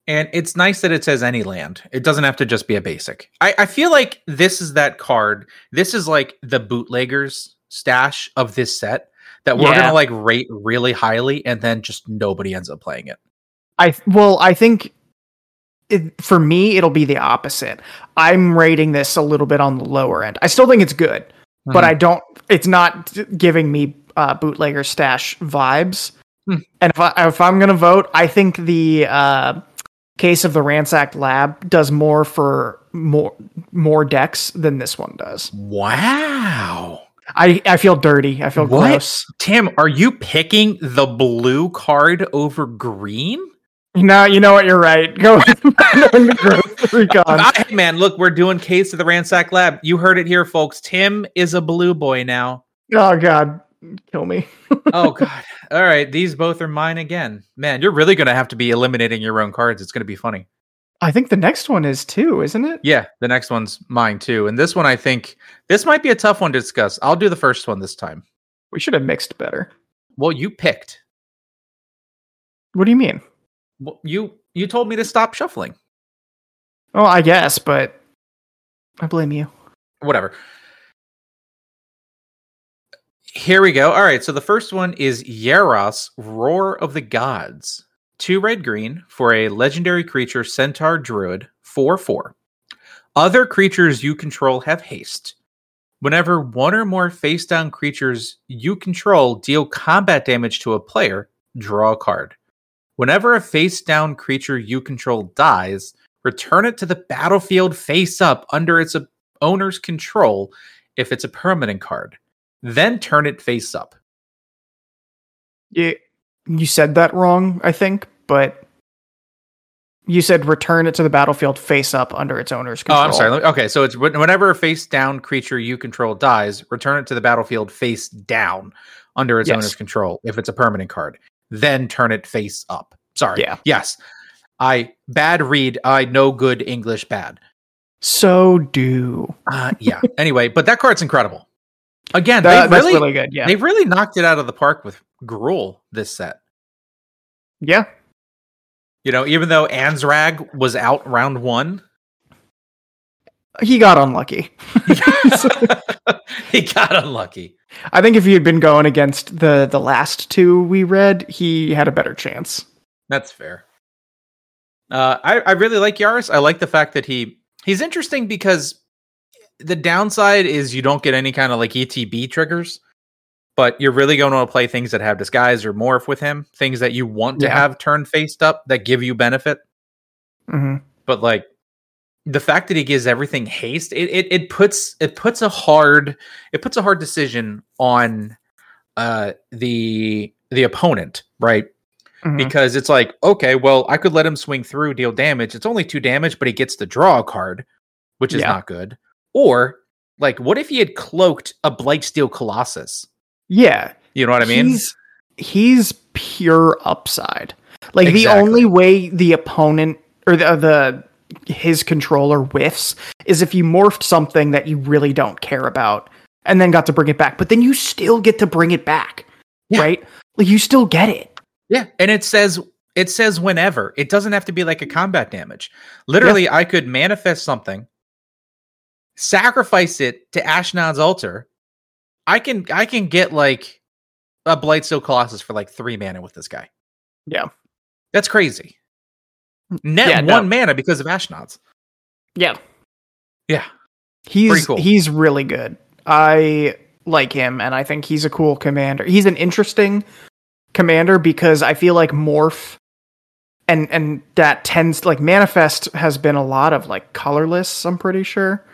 S1: And it's nice that it says any land. It doesn't have to just be a basic. I, I feel like this is that card. This is like the bootleggers stash of this set that we're
S2: Yeah.
S1: gonna like rate really highly, and then just nobody ends up playing it.
S2: I well, I think it, for me it'll be the opposite. I'm rating this a little bit on the lower end. I still think it's good, but
S1: Hmm.
S2: I don't. It's not d- giving me uh, bootlegger stash vibes.
S1: Hmm.
S2: And if I if I'm gonna vote, I think the uh, case of the ransacked lab does more for more more decks than this one does.
S1: wow.
S2: I I feel dirty. I feel
S1: What?
S2: gross.
S1: Tim, are you picking the blue card over green?
S2: No, you know what? You're right. Go with the gross recon.
S1: Ah, hey, man, look, we're doing Case of the Ransack Lab. You heard it here, folks. Tim is a blue boy now.
S2: Oh god, kill me.
S1: oh god all right these both are mine again man you're really gonna have to be eliminating your own cards it's gonna be funny
S2: I think the next one is too, isn't it?
S1: yeah the next one's mine too and this one i think this might be a tough one to discuss i'll do the first one this time
S2: We should have mixed better.
S1: well you picked
S2: What do you mean?
S1: Well, you you told me to stop shuffling
S2: Oh, I guess, but I blame you.
S1: whatever here we go all right so the first one is yaros roar of the gods two red green for a legendary creature centaur druid 4 4 other creatures you control have haste whenever one or more face down creatures you control deal combat damage to a player draw a card whenever a face down creature you control dies return it to the battlefield face up under its owner's control if it's a permanent card then turn it face up
S2: You you said that wrong, I think, but you said return it to the battlefield face up under its owner's control.
S1: Oh, I'm sorry. Let- Okay, so it's when- whenever a face down creature you control dies, return it to the battlefield face down under its
S2: Yes.
S1: owner's control if it's a permanent card. Then turn it face up. Sorry.
S2: Yeah.
S1: Yes. I bad read. I no good English bad.
S2: So do.
S1: Uh, yeah. anyway, but that card's incredible. Again,
S2: That-
S1: they
S2: that's
S1: really,
S2: really good. Yeah.
S1: they really knocked it out of the park with Gruel this set.
S2: yeah.
S1: You know, even though Anzrag was out round one,
S2: He got unlucky.
S1: he got unlucky.
S2: I think if he had been going against the the last two we read, he had a better chance.
S1: That's fair. Uh, I I really like Yaris. I like the fact that he he's interesting because the downside is you don't get any kind of like ETB triggers, but you're really going to want to play things that have disguise or morph with him, things that you want to
S2: Yeah.
S1: have turn faced up that give you benefit.
S2: hmm
S1: But like the fact that he gives everything haste, it it, it puts it puts a hard it puts a hard decision on uh the the opponent, right?
S2: Mm-hmm.
S1: because it's like, okay, well, I could let him swing through, deal damage. It's only two damage, but he gets to draw a card, which is
S2: Yeah.
S1: not good. Or like, what if he had cloaked a Blightsteel Colossus?
S2: Yeah,
S1: You know what I mean?
S2: He's, he's pure upside. Like
S1: Exactly.
S2: the only way the opponent or the, the his controller whiffs is if you morphed something that you really don't care about and then got to bring it back. But then you still get to bring it back,
S1: Yeah.
S2: right? Like you still get it.
S1: yeah. And it says it says whenever. It doesn't have to be like a combat damage. Literally, I could manifest something, sacrifice it to Ashnod's altar. I can I can get like a Blightstone Colossus for like three mana with this guy.
S2: Yeah.
S1: That's crazy. Net
S2: Yeah, no.
S1: one mana because of Ashnod's.
S2: Yeah.
S1: Yeah.
S2: He's
S1: cool.
S2: he's really good. I like him and I think he's a cool commander. He's an interesting commander because I feel like morph and and that tends like manifest has been a lot of like colorless, I'm pretty sure.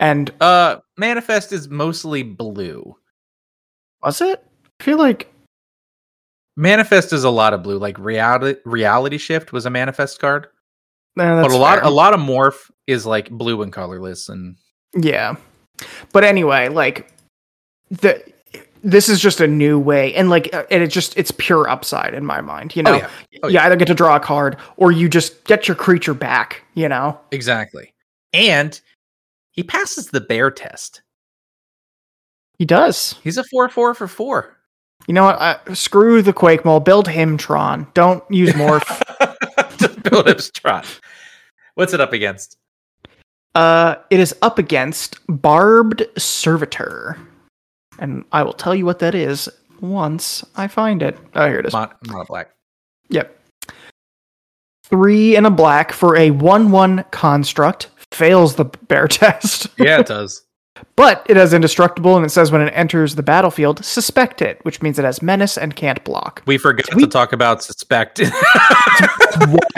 S2: And
S1: Uh Manifest is mostly blue.
S2: was it? I feel like
S1: Manifest is a lot of blue. Like reality reality shift was a manifest card.
S2: eh, that's
S1: but a lot
S2: fair.
S1: a lot of morph is like blue and colorless and
S2: Yeah. But anyway, like the this is just a new way and like uh, and it just it's pure upside in my mind, you know.
S1: yeah. Oh,
S2: you either get to draw a card or you just get your creature back, you know.
S1: Exactly. And he passes the bear test.
S2: He does.
S1: He's a four four for four.
S2: You know what? I, screw the Quake Mole. Build him Tron. Don't use Morph.
S1: Just build up Strahd. What's it up against?
S2: uh, it is up against Barbed Servitor. And I will tell you what that is once I find it. Oh, here it is.
S1: Mon- mono black.
S2: Yep. Three and a black for a 1 1 construct. Fails the bear test.
S1: Yeah, it does.
S2: But it has indestructible, and it says when it enters the battlefield, suspect it, which means it has menace and can't block.
S1: We forgot
S2: We-
S1: to talk about suspect.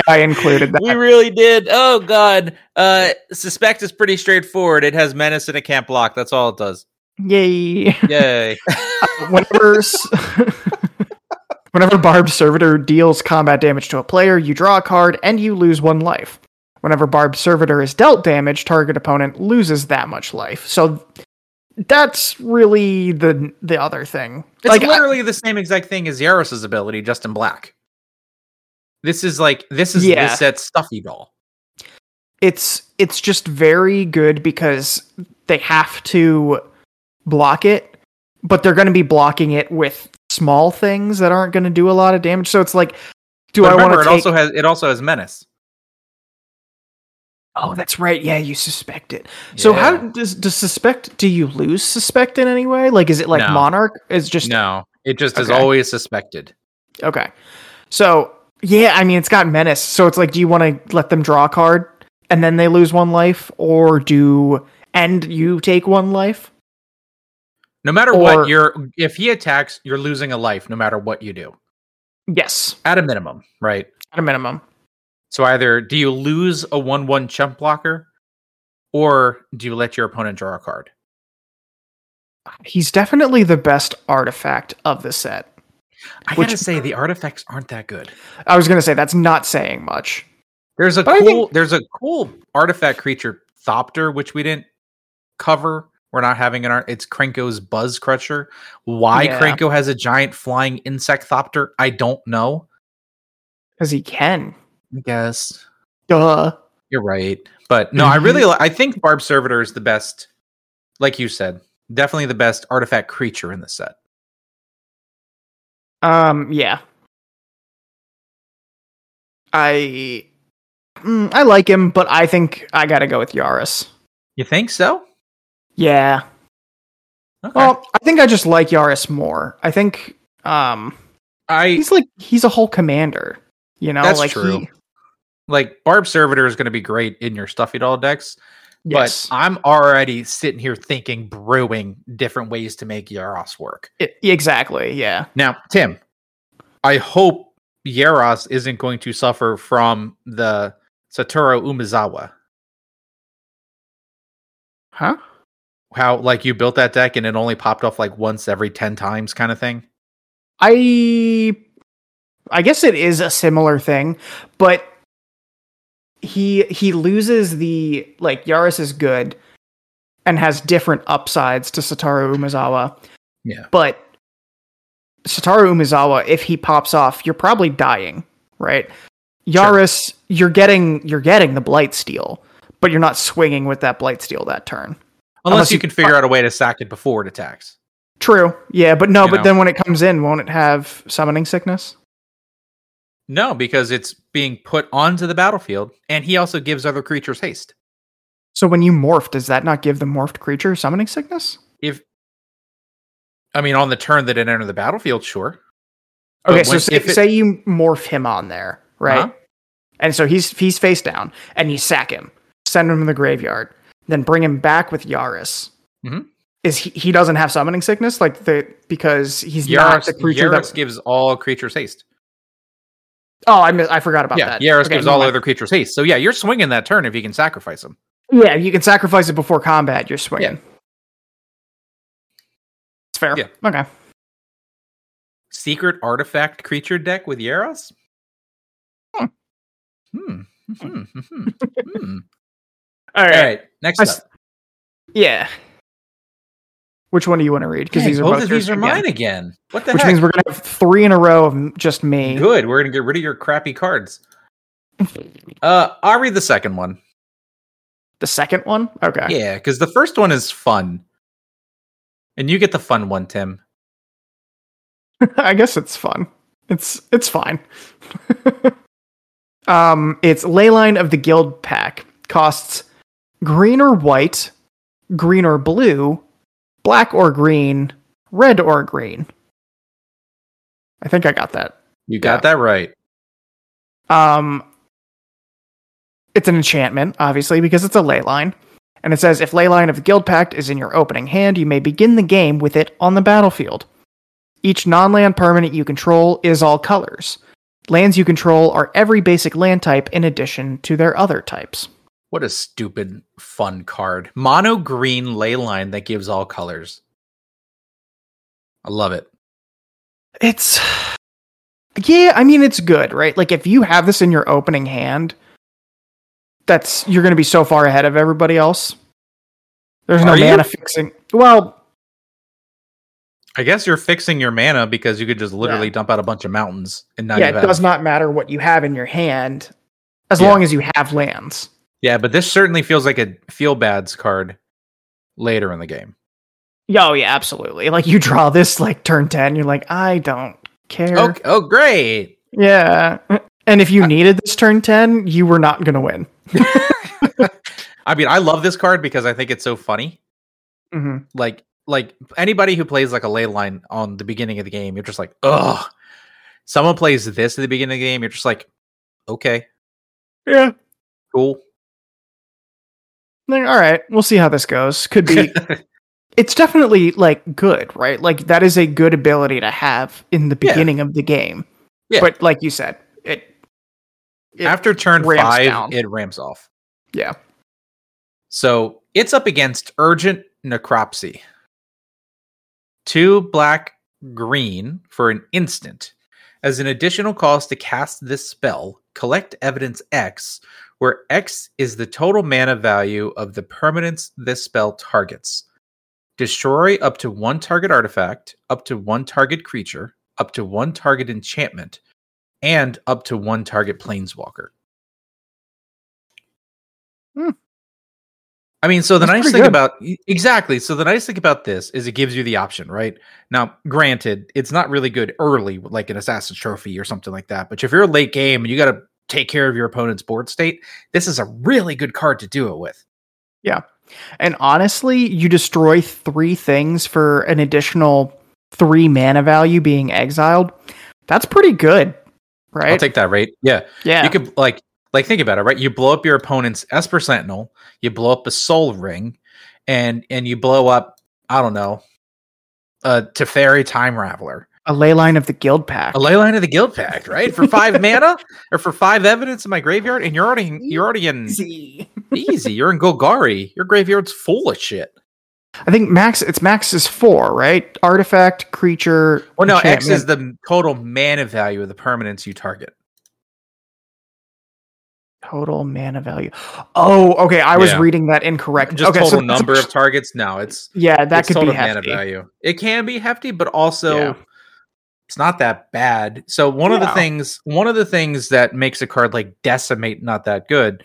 S2: I included that.
S1: we really did. Oh god. Uh suspect is pretty straightforward. It has menace and it can't block. That's all it does.
S2: Yay!
S1: Yay.
S2: Whenever, s- whenever Barb Servitor deals combat damage to a player, you draw a card and you lose one life. Whenever Barb Servitor is dealt damage, target opponent loses that much life. So that's really the the other thing.
S1: It's
S2: like, I-
S1: literally the same exact thing as Yaros's ability, just in black. This is like this is
S2: Yeah.
S1: this set's stuffy doll.
S2: it's it's just very good because they have to block it but they're going to be blocking it with small things that aren't going to do a lot of damage so it's like do
S1: But
S2: i want
S1: remember,
S2: to
S1: it
S2: take
S1: also has it also has menace.
S2: oh that's right yeah you suspect it so how
S1: Yeah.
S2: does does suspect do you lose suspect in any way like is it like
S1: No.
S2: monarch is just
S1: no, it just is
S2: Okay.
S1: always suspected.
S2: okay so yeah i mean it's got menace so it's like do you want to let them draw a card and then they lose one life or do and you take one life
S1: No matter
S2: Or-
S1: what, you're if he attacks, you're losing a life. No matter what you do,
S2: yes
S1: at a minimum, right?
S2: at a minimum.
S1: So either do you lose a one-one chump blocker, or do you let your opponent draw a card?
S2: He's definitely the best artifact of the set.
S1: I
S2: Which-
S1: gotta say, the artifacts aren't that good.
S2: I was gonna say that's not saying much.
S1: There's a
S2: But I
S1: cool
S2: think-
S1: there's a cool artifact creature Thopter, which we didn't cover. We're not having an art. It's Krenko's Buzz Crutcher. Why
S2: Yeah.
S1: Krenko has a giant flying insect Thopter, I don't know.
S2: Because he can.
S1: I guess
S2: Duh.
S1: you're right, but no, I really
S2: Mm-hmm.
S1: li- I think Barb Servitor is the best. Like you said, definitely the best artifact creature in the set.
S2: Um, yeah. I mm, I like him, but I think I gotta go with Yaris.
S1: You think so?
S2: Yeah.
S1: Okay.
S2: Well, I think I just like Yaris more. I think um
S1: I
S2: he's like he's a whole commander. You know,
S1: That's
S2: like
S1: true.
S2: he
S1: like Barb Servitor is going to be great in your stuffy doll decks.
S2: yes.
S1: But I'm already sitting here thinking, brewing different ways to make Yaros work.
S2: I- exactly, yeah.
S1: Now, Tim, I hope Yaros isn't going to suffer from the Satoru Umizawa.
S2: Huh?
S1: How, like, you built that deck and it only popped off like once every 10 times kind of thing.
S2: I I guess it is a similar thing, but he he loses the like Yaris is good and has different upsides to Satoru Umazawa.
S1: Yeah.
S2: But Satoru Umazawa, if he pops off, you're probably dying, right? Yaris, you're getting you're getting the blight steal, but you're not swinging with that blight steal that turn.
S1: Unless,
S2: Unless
S1: you,
S2: you-
S1: can figure out a way to sack it before it attacks.
S2: True. Yeah, but no,
S1: You
S2: but
S1: know.
S2: then when it comes in, won't it have summoning sickness?
S1: No, because it's being put onto the battlefield and he also gives other creatures haste.
S2: So when you morph, does that not give the morphed creature summoning sickness?
S1: If I mean on the turn that it entered the battlefield, sure. But
S2: Okay, so
S1: when-
S2: say,
S1: if it-
S2: say you morph him on there, right?
S1: Uh-huh.
S2: And so he's he's face down, and you sack him, send him to the graveyard, then bring him back with Yaris.
S1: Mhm.
S2: Is he, he doesn't have summoning sickness like the because he's not
S1: Yaris,
S2: the creature
S1: Yaris
S2: that.
S1: gives all creatures haste.
S2: Oh, I mi- I forgot about
S1: Yeah,
S2: that.
S1: Yaris
S2: Okay,
S1: gives
S2: never
S1: all
S2: mind.
S1: other creatures haste. So yeah, you're swinging that turn if you can sacrifice them.
S2: Yeah, you can sacrifice it before combat. You're swinging. It's fair.
S1: Yeah.
S2: Okay.
S1: Secret artifact creature deck with Yaris.
S2: Hmm.
S1: Hmm. Hmm. Hmm. Hmm.
S2: All
S1: All right. Next
S2: I
S1: up.
S2: s- Yeah. Which one do you want to read? Because
S1: Hey,
S2: these are
S1: both
S2: both
S1: of these
S2: yours
S1: are
S2: again.
S1: mine again. What the
S2: Which
S1: heck?
S2: means we're gonna have three in a row of m- just me.
S1: Good. We're gonna get rid of your crappy cards. Uh, I'll read the second one.
S2: The second one. Okay.
S1: Yeah, because the first one is fun, and you get the fun one, Tim.
S2: I guess it's fun. It's it's fine. um, it's Leyline of the Guild pack costs green or white, green or blue, black or green, red or green. I think I got that.
S1: You got
S2: got
S1: that right.
S2: Um, it's an enchantment, obviously, because it's a ley line. And it says if ley line of the guild pact is in your opening hand, you may begin the game with it on the battlefield. Each non land permanent you control is all colors. Lands you control are every basic land type in addition to their other types.
S1: What a stupid fun card. Mono green ley line that gives all colors. I love it.
S2: It's. Yeah, I mean, it's good, right? Like, if you have this in your opening hand, that's. You're going to be so far ahead of everybody else. There's no
S1: Are you?
S2: mana fixing. Well,
S1: I guess you're fixing your mana because you could just literally dump out a bunch of mountains and not
S2: yeah,
S1: even
S2: it does not matter what you have in your hand, as
S1: Yeah.
S2: long as you have lands.
S1: Yeah, but this certainly feels like a feel bads card later in the game.
S2: Oh yeah, absolutely. Like you draw this like turn ten, you're like, I don't care.
S1: Oh, Uh, oh great.
S2: Yeah. And if you needed this turn ten, you were not gonna win.
S1: I mean, I love this card because I think it's so funny.
S2: hmm
S1: Like, like anybody who plays like a ley line on the beginning of the game, you're just like, ugh. Someone plays this at the beginning of the game, you're just like, okay,
S2: Yeah.
S1: cool.
S2: Like, all right, we'll see how this goes. Could be. it's definitely like good, right? Like that is a good ability to have in the
S1: Yeah.
S2: beginning of the game.
S1: Yeah.
S2: But like you said, it. it
S1: After turn
S2: ramps
S1: five,
S2: down.
S1: it ramps off.
S2: yeah.
S1: So it's up against Urgent Necropsy. Two black green for an instant. As an additional cost to cast this spell, collect evidence X, where X is the total mana value of the permanence this spell targets. Destroy up to one target artifact, up to one target creature, up to one target enchantment, and up to one target planeswalker. I mean, so the
S2: Hmm. That's
S1: nice
S2: pretty
S1: thing
S2: good.
S1: about e, exactly. So the nice thing about this is it gives you the option, right? Now, granted, it's not really good early, like an assassin's trophy or something like that. But if you're a late game and you got to take care of your opponent's board state, this is a really good card to do it with.
S2: And honestly, you destroy three things for an additional three mana value being exiled. That's pretty good, right?
S1: I'll take that, right? Yeah,
S2: yeah.
S1: you could like like think about it, right? You blow up your opponent's Esper Sentinel, you blow up a Soul Ring, and and you blow up I don't know, a Teferi Time Raveler.
S2: a ley line of the guild pack.
S1: a ley line of the guild pact, right? For five mana or for five evidence in my graveyard, and you're already you're already in
S2: Easy.
S1: easy. You're in Golgari. Your graveyard's full of shit.
S2: I think max it's max is four, right? Artifact, creature.
S1: Well, Oh, no, X
S2: enchantment.
S1: is the total mana value of the permanents you target.
S2: total mana value. Oh, okay. I was
S1: Yeah.
S2: reading that incorrect.
S1: Just
S2: okay, so
S1: total
S2: that's-
S1: number of targets. No, it's
S2: Yeah, that
S1: it's
S2: could be
S1: total
S2: hefty.
S1: mana value. It can be hefty, but also
S2: Yeah.
S1: it's not that bad. So one of the
S2: No.
S1: things one of the things that makes a card like decimate not that good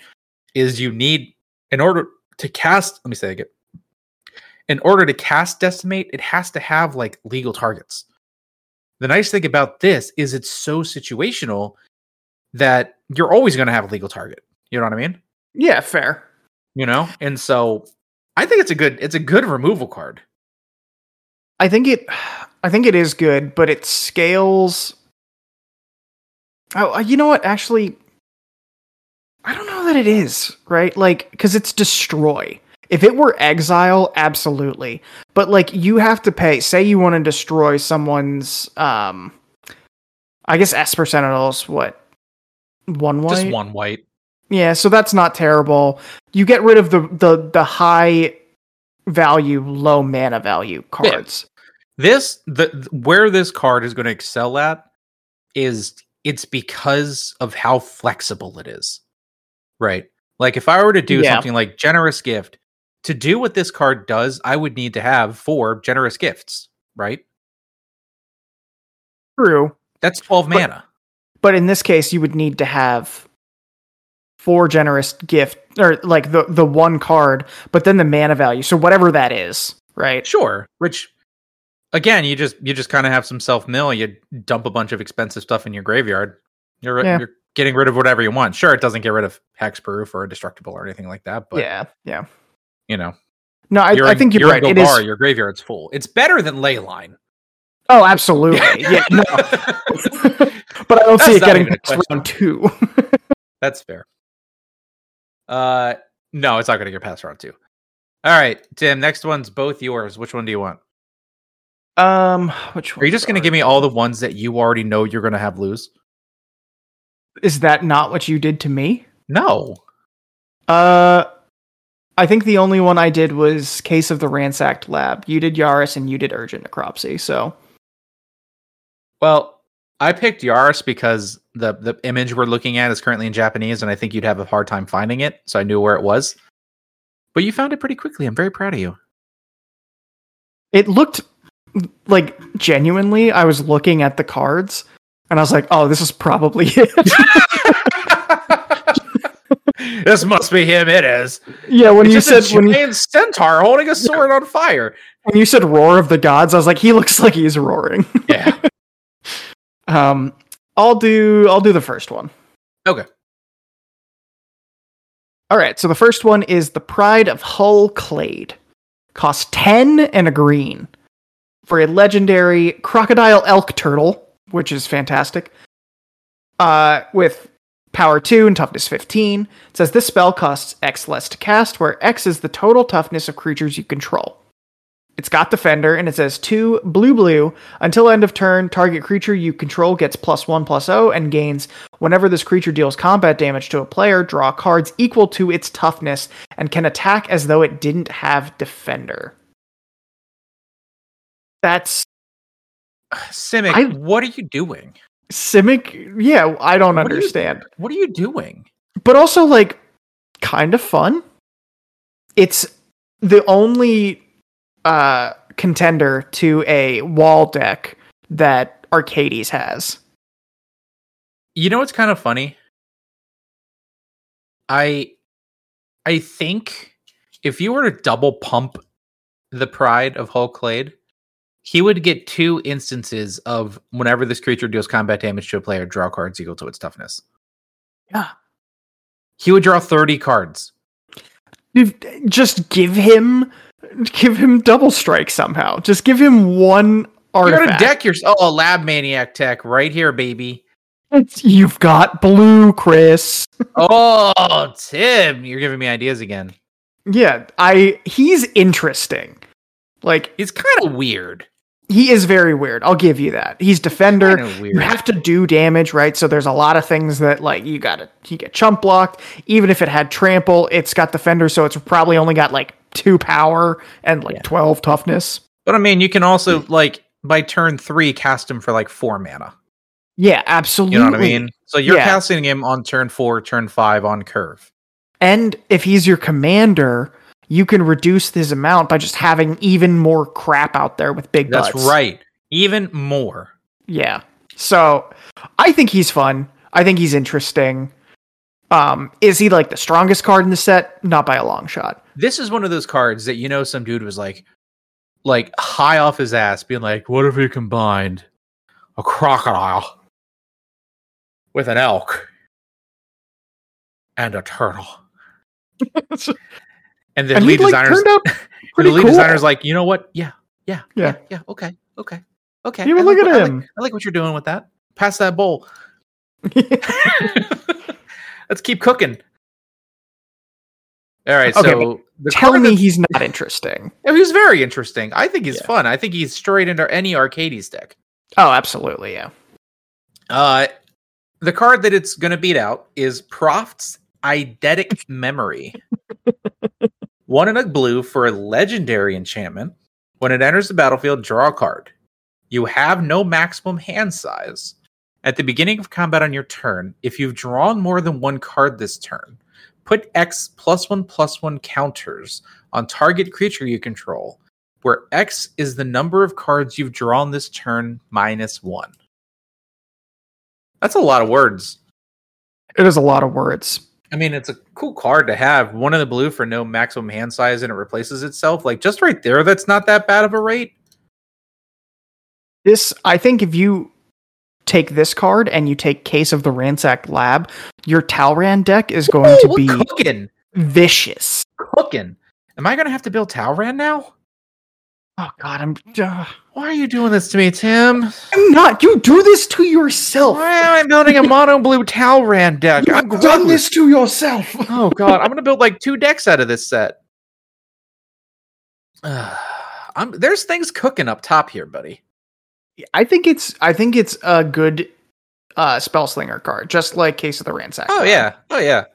S1: is you need in order to cast let me say it again. In order to cast decimate, it has to have like legal targets. The nice thing about this is it's so situational that you're always going to have a legal target. You know what I mean?
S2: Yeah, fair.
S1: you know? And so I think it's a good it's a good removal card.
S2: I think it I think it is good, but it scales Oh, you know what? Actually I don't know that it is, right? Like cuz it's destroy. If it were exile, absolutely. But like you have to pay, say you want to destroy someone's um I guess Esper Sentinels what one white?
S1: Just one white.
S2: Yeah, so that's not terrible. You get rid of the the the high value, low mana value cards.
S1: This the where this card is going to excel at is it's because of how flexible it is. Right? Like if I were to do
S2: Yeah.
S1: something like generous gift, to do what this card does, I would need to have four generous gifts, right?
S2: True,
S1: That's 12
S2: But-
S1: mana.
S2: but in this case, you would need to have four generous gift or like the the one card, but then the mana value. So whatever that is, right?
S1: Sure, which again, you just you just kind of have some self mill, you dump a bunch of expensive stuff in your graveyard. You're
S2: Yeah.
S1: you're getting rid of whatever you want. Sure, it doesn't get rid of hexproof or indestructible or anything like that, but
S2: yeah, yeah.
S1: you know,
S2: No, I,
S1: you're
S2: I
S1: in-
S2: think you're,
S1: you're
S2: right.
S1: in
S2: It is.
S1: Golgari, your graveyard's full. It's better than ley line.
S2: Oh, absolutely. yeah, no, but I don't
S1: That's
S2: see it
S1: not
S2: getting
S1: even a
S2: past round two.
S1: That's fair. Uh no, it's not gonna get past round two. All right, Tim, next one's both yours. Which one do you want?
S2: um, which one?
S1: Are you just gonna give me all the ones that you already know you're gonna have lose?
S2: Is that not what you did to me?
S1: No.
S2: Uh, I think the only one I did was Case of the Ransacked Lab. You did Yaris and you did Urgent Necropsy. So
S1: Well, I picked Yaris because the the image we're looking at is currently in Japanese, and I think you'd have a hard time finding it, so I knew where it was. But you found it pretty quickly. I'm very proud of you.
S2: it looked like genuinely, I was looking at the cards and I was like, oh, this is probably it.
S1: this must be him. It is.
S2: yeah, when
S1: It's
S2: you
S1: just a
S2: said when you,
S1: giant centaur holding a sword on fire.
S2: when you said Roar of the Gods, I was like, he looks like he's roaring.
S1: Yeah.
S2: um, I'll do I'll do the first one.
S1: Okay.
S2: All right, so the first one is the Pride of Hull Clade. Cost 10 and a green for a legendary crocodile elk turtle, which is fantastic. Uh, with power 2 and toughness 15. It says this spell costs X less to cast, where X is the total toughness of creatures you control. It's got defender, and it says 2 blue blue. Until end of turn, target creature you control gets plus 1 plus 0 and gains Whenever this creature deals combat damage to a player, draw cards equal to its toughness and can attack as though it didn't have defender. That's
S1: Simic,
S2: I-
S1: what are you doing?
S2: Simic. Yeah, I don't
S1: What do you-
S2: understand.
S1: What are you doing?
S2: but also like kind of fun. It's the only uh contender to a wall deck that Arcades has.
S1: You know what's kind of funny? I I think if you were to double pump the pride of Hulk Clade, he would get two instances of whenever this creature deals combat damage to a player, draw cards equal to its toughness.
S2: Yeah.
S1: He would draw 30 cards.
S2: You've- just give him give him double strike somehow just give him one
S1: You're gonna
S2: artifact
S1: deck yourself. Oh, lab maniac tech right here, baby.
S2: you've got blue chris
S1: oh, Tim, you're giving me ideas again.
S2: yeah i he's interesting like
S1: He's kind of weird.
S2: he is very weird i'll give you that he's defender
S1: Kinda
S2: you
S1: weird.
S2: have to do damage right so there's a lot of things that like you gotta you get chump blocked even if it had trample it's got defender so it's probably only got like two power and like
S1: Yeah.
S2: 12 toughness
S1: But I mean, you can also like by turn three cast him for like four mana.
S2: yeah absolutely
S1: You know what I mean? So you're
S2: Yeah.
S1: casting him on turn four, turn five on curve.
S2: And if he's your commander, you can reduce his amount by just having even more crap out there with big
S1: That's
S2: butts.
S1: right. Even more.
S2: Yeah. So I think he's fun. I think he's interesting. Um, is he like the strongest card in the set? Not by a long shot.
S1: This is one of those cards that you know some dude was like, like high off his ass, being like, "What if we combined a crocodile with an elk and a turtle?" And the
S2: and he
S1: lead
S2: like
S1: designer's
S2: turned out
S1: the
S2: pretty
S1: lead
S2: cool.
S1: designer's like, you know what? Yeah, yeah,
S2: Yeah.
S1: yeah, yeah. Okay, okay, okay.
S2: You
S1: I
S2: look
S1: like
S2: at
S1: what- I
S2: him.
S1: Like, I like what you're doing with that. Pass that bowl. Let's keep cooking. All right.
S2: Okay,
S1: so the
S2: Tell
S1: card
S2: me
S1: that-
S2: he's not interesting.
S1: I mean, he's very interesting. I think he's
S2: Yeah.
S1: fun. I think he's straight into any Arcades deck.
S2: Oh, absolutely, yeah.
S1: Uh, the card that it's going to beat out is Proft's Eidetic Memory. One in a blue for a legendary enchantment. When it enters the battlefield, draw a card. You have no maximum hand size. At the beginning of combat on your turn, if you've drawn more than one card this turn, put X plus one plus one counters on target creature you control, where X is the number of cards you've drawn this turn minus one. That's a lot of words.
S2: It is a lot of words.
S1: I mean, it's a cool card to have. One in the blue for no maximum hand size, and it replaces itself. Like just right there, that's not that bad of a rate.
S2: This, I think, if you take this card and you take Case of the Ransacked Lab, your Talran deck is going
S1: Ooh,
S2: to
S1: we're
S2: be
S1: cooking,
S2: vicious.
S1: cooking. Am I gonna have to build Talran now?
S2: Oh God, I'm. Uh,
S1: Why are you doing this to me, Tim?
S2: I'm not. You do this to yourself.
S1: Why am I building a mono blue Talran deck?
S2: You
S1: I'm
S2: have done
S1: gross.
S2: this to yourself.
S1: Oh god, I'm gonna build like two decks out of this set. I'm, there's things cooking up top here, buddy.
S2: I think it's. I think it's a good uh, spell slinger card, just like Case of the Ransack.
S1: Oh yeah. Oh yeah.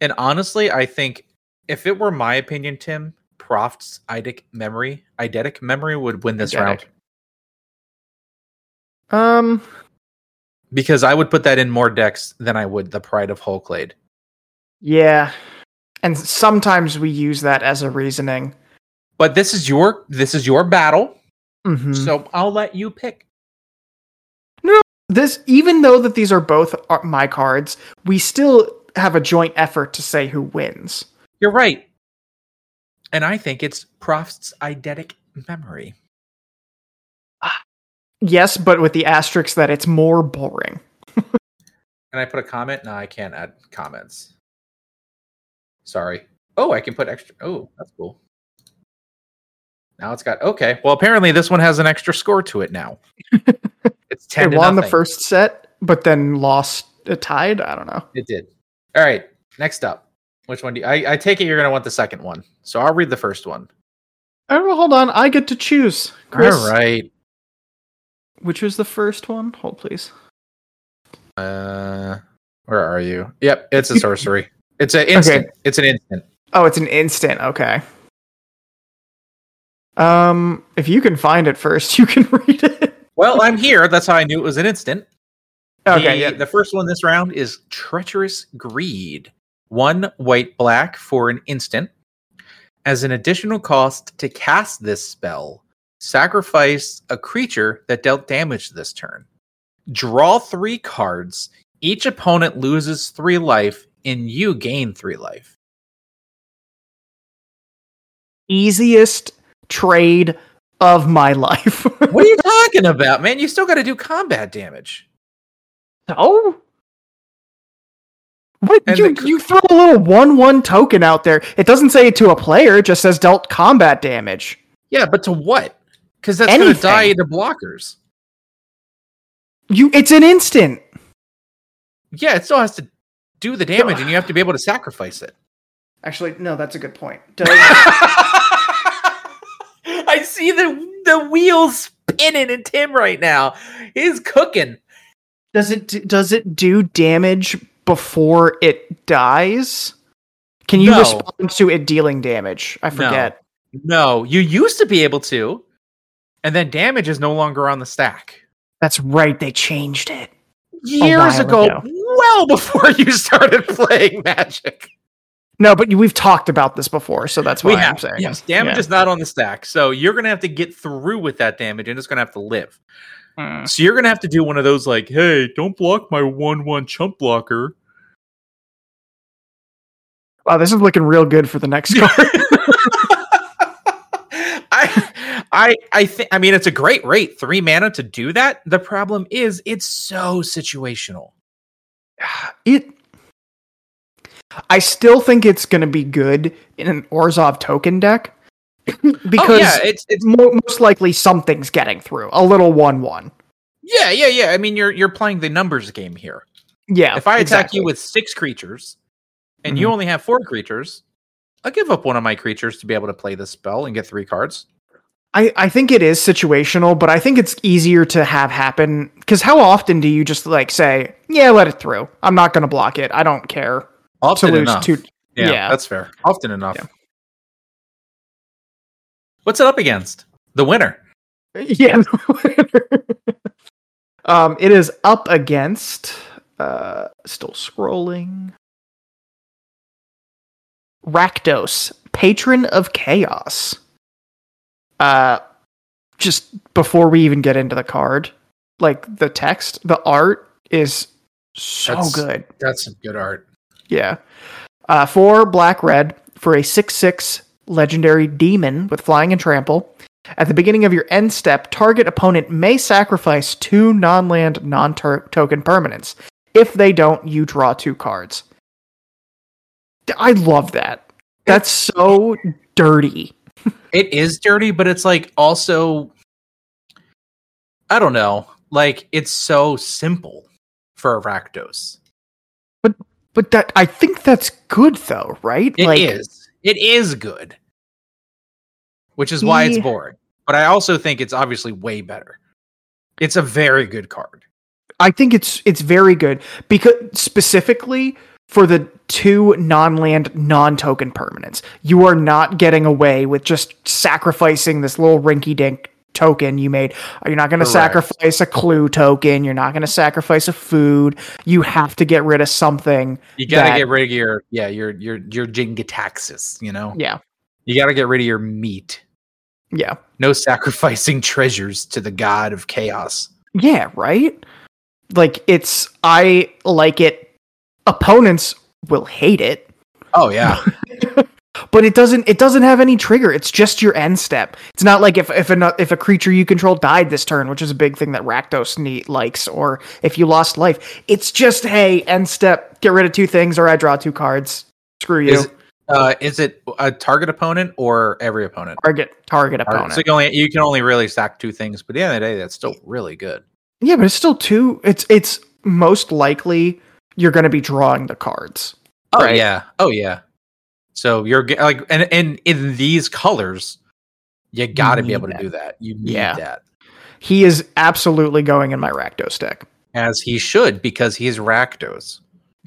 S1: And honestly, I think if it were my opinion, Tim, Proft's Idic memory, eidetic memory would win this
S2: Eidetic.
S1: round.
S2: Um.
S1: Because I would put that in more decks than I would the Pride of Hulklade.
S2: Yeah. And sometimes we use that as a reasoning.
S1: But this is your this is your battle,
S2: Mhm.
S1: so I'll let you pick.
S2: this, even though that these are both are- my cards, we still have a joint effort to say who wins.
S1: You're right. And I think it's Proft's eidetic memory.
S2: Yes, but with the asterisk that it's more boring.
S1: Can I put a comment? No, I can't add comments. Sorry. Oh, I can put extra. Oh, that's cool. Now it's got okay. Well, apparently this one has an extra score to it now. it's ten.
S2: it
S1: to
S2: won the
S1: nothing.
S2: first set, but then lost a tied. I don't know.
S1: It did. All right. Next up, which one do you, I? I take it you're gonna want the second one. So I'll read the first one.
S2: Oh, well, hold on. I get to choose. Chris,
S1: All right.
S2: which is the first one? Hold, please.
S1: Uh, where are you? Yep, it's a sorcery. It's an instant. It's an instant.
S2: Oh, it's an instant. Okay. Um, if you can find it first, you can read it.
S1: Well, I'm here. That's how I knew it was an instant.
S2: Okay.
S1: the,
S2: yeah.
S1: the first one this round is Treacherous Greed. One white black for an instant. As an additional cost to cast this spell, sacrifice a creature that dealt damage this turn. Draw three cards. Each opponent loses three life, and you gain three life.
S2: easiest trade of my life.
S1: What are you talking about, man? You still got to do combat damage.
S2: no. Oh! What
S1: And
S2: you,
S1: the cr-
S2: you throw a little one one token out there. It doesn't say it to a player, it just says dealt combat damage.
S1: Yeah, but to what? Because that's going to
S2: Anything.
S1: die to blockers.
S2: You it's an instant.
S1: Yeah, it still has to do the damage, and you have to be able to sacrifice it.
S2: Actually, no, that's a good point.
S1: I see the the wheels spinning in Tim right now. He's cooking.
S2: does it does it do damage before it dies? Can you
S1: No.
S2: respond to it dealing damage? I forget.
S1: No, you used to be able to, and then damage is no longer on the stack.
S2: That's right, they changed it.
S1: Years
S2: while
S1: ago,
S2: ago.
S1: well before you started playing Magic,
S2: No, but you- we've talked about this before, so that's why
S1: we
S2: I'm
S1: have
S2: saying.
S1: yes, damage
S2: Yeah.
S1: is not on the stack, so you're gonna have to get through with that damage, and it's gonna have to live.
S2: Mm.
S1: So you're gonna have to do one of those like, hey, don't block my one one chump blocker.
S2: Wow, this is looking real good for the next card.
S1: I I I think I mean it's a great rate, three mana to do that. The problem Oh, is it's so situational.
S2: it I still think it's going to be good in an Orzov token deck because
S1: yeah, it's it's
S2: it's mo- most likely something's getting through. A little one-one.
S1: yeah, yeah, yeah. I mean, you're you're playing the numbers game here.
S2: Yeah.
S1: if I attack
S2: exactly. Mm-hmm.
S1: you with six creatures, and you only have four creatures, I give up one of my creatures to be able to play this spell and get three cards.
S2: I, I think it is situational, but I think it's easier to have happen because how often do you just like say, "Yeah, let it through. I'm not going to block it. I don't care."
S1: Often
S2: to lose
S1: enough,
S2: two.
S1: yeah,
S2: yeah.
S1: that's fair. Often enough.
S2: Yeah.
S1: What's it up against? The winner.
S2: Yeah. um, it is up against. Uh, still scrolling. Rakdos, patron of chaos. Uh, just before we even get into the card, like the text, the art is so
S1: That's-
S2: good.
S1: That's some good art.
S2: Yeah. Uh, four black red for a 6 6 legendary demon with flying and trample. At the beginning of your end step, target opponent may sacrifice two non land, non token permanents. If they don't, you draw two cards. D- I love that. That's so dirty.
S1: It is dirty, but it's like also, I don't know. Like it's so simple for a Rakdos.
S2: But that I think that's good though, right?
S1: It is. It is good, which is why it's
S2: Yeah.
S1: boring. But I also think it's obviously way better. It's a very good card.
S2: I think it's it's very good because specifically for the two non-land non-token permanents. You are not getting away with just sacrificing this little rinky-dink token you made. You're not going to
S1: Correct.
S2: sacrifice a clue token, you're not going to sacrifice a food. You have to get rid of something.
S1: You gotta
S2: That-
S1: get rid of your yeah your your your jingataxis. You know
S2: Yeah.
S1: you gotta get rid of your meat.
S2: Yeah.
S1: No sacrificing treasures to the god of chaos.
S2: Yeah, right? Like it's I like it opponents will hate it.
S1: Oh yeah,
S2: but it doesn't it doesn't have any trigger it's just your end step it's not like if if a if a creature you control died this turn which is a big thing that rakdos ne- likes or if you lost life it's just hey end step get rid of two things or i draw two cards screw you
S1: is uh, is it a target opponent or every opponent?
S2: target target opponent
S1: So you can only you can only really stack two things, but at the end of the day, that's still really good.
S2: yeah but it's still two it's it's most likely you're going to be drawing the cards
S1: Oh
S2: Right.
S1: yeah. Oh yeah. So you're ge- like and and in these colors, you got to be
S2: need
S1: able to
S2: that.
S1: do that. You need
S2: Yeah.
S1: that.
S2: he is absolutely going in my rakdos deck
S1: As he should because he's Rakdos.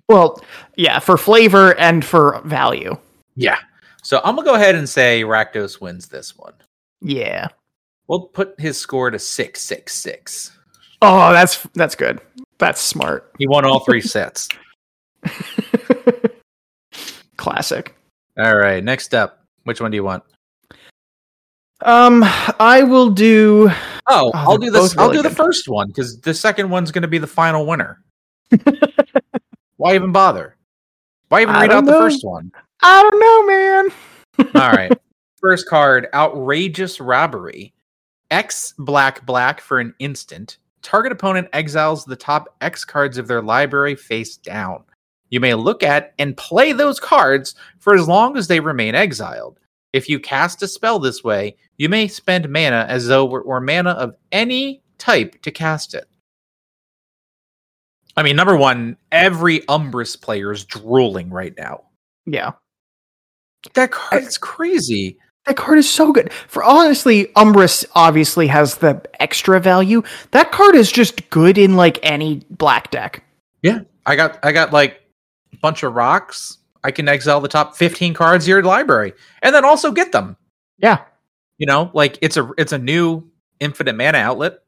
S2: well yeah for flavor and for value
S1: Yeah. So I'm going to go ahead and say Rakdos wins this one.
S2: yeah
S1: We'll put his score to 666.
S2: oh that's that's good that's smart
S1: He won all three sets.
S2: Classic.
S1: All right, next up. Which one do you want?
S2: Um, I will do.
S1: Oh,
S2: Oh,
S1: I'll
S2: they're
S1: do this.
S2: both
S1: I'll
S2: really
S1: do the
S2: good.
S1: first one because the second one's going to be the final winner. Why even bother? Why even
S2: I
S1: read
S2: don't
S1: out the
S2: know.
S1: first one?
S2: I don't know, man.
S1: All right. First card Outrageous Robbery. X black black for an instant. Target opponent exiles the top X cards of their library face down. You may look at and play those cards for as long as they remain exiled. If you cast a spell this way, you may spend mana as though it were mana of any type to cast it. I mean, number one, every Umbrus player is drooling right now.
S2: Yeah,
S1: That card is crazy.
S2: that card is so good. For honestly, Umbris obviously has the extra value. That card is just good in like any black deck.
S1: I got I got like a bunch of rocks. I can exile the top 15 cards of your library and then also get them.
S2: Yeah.
S1: You know, like it's a it's a new infinite mana outlet.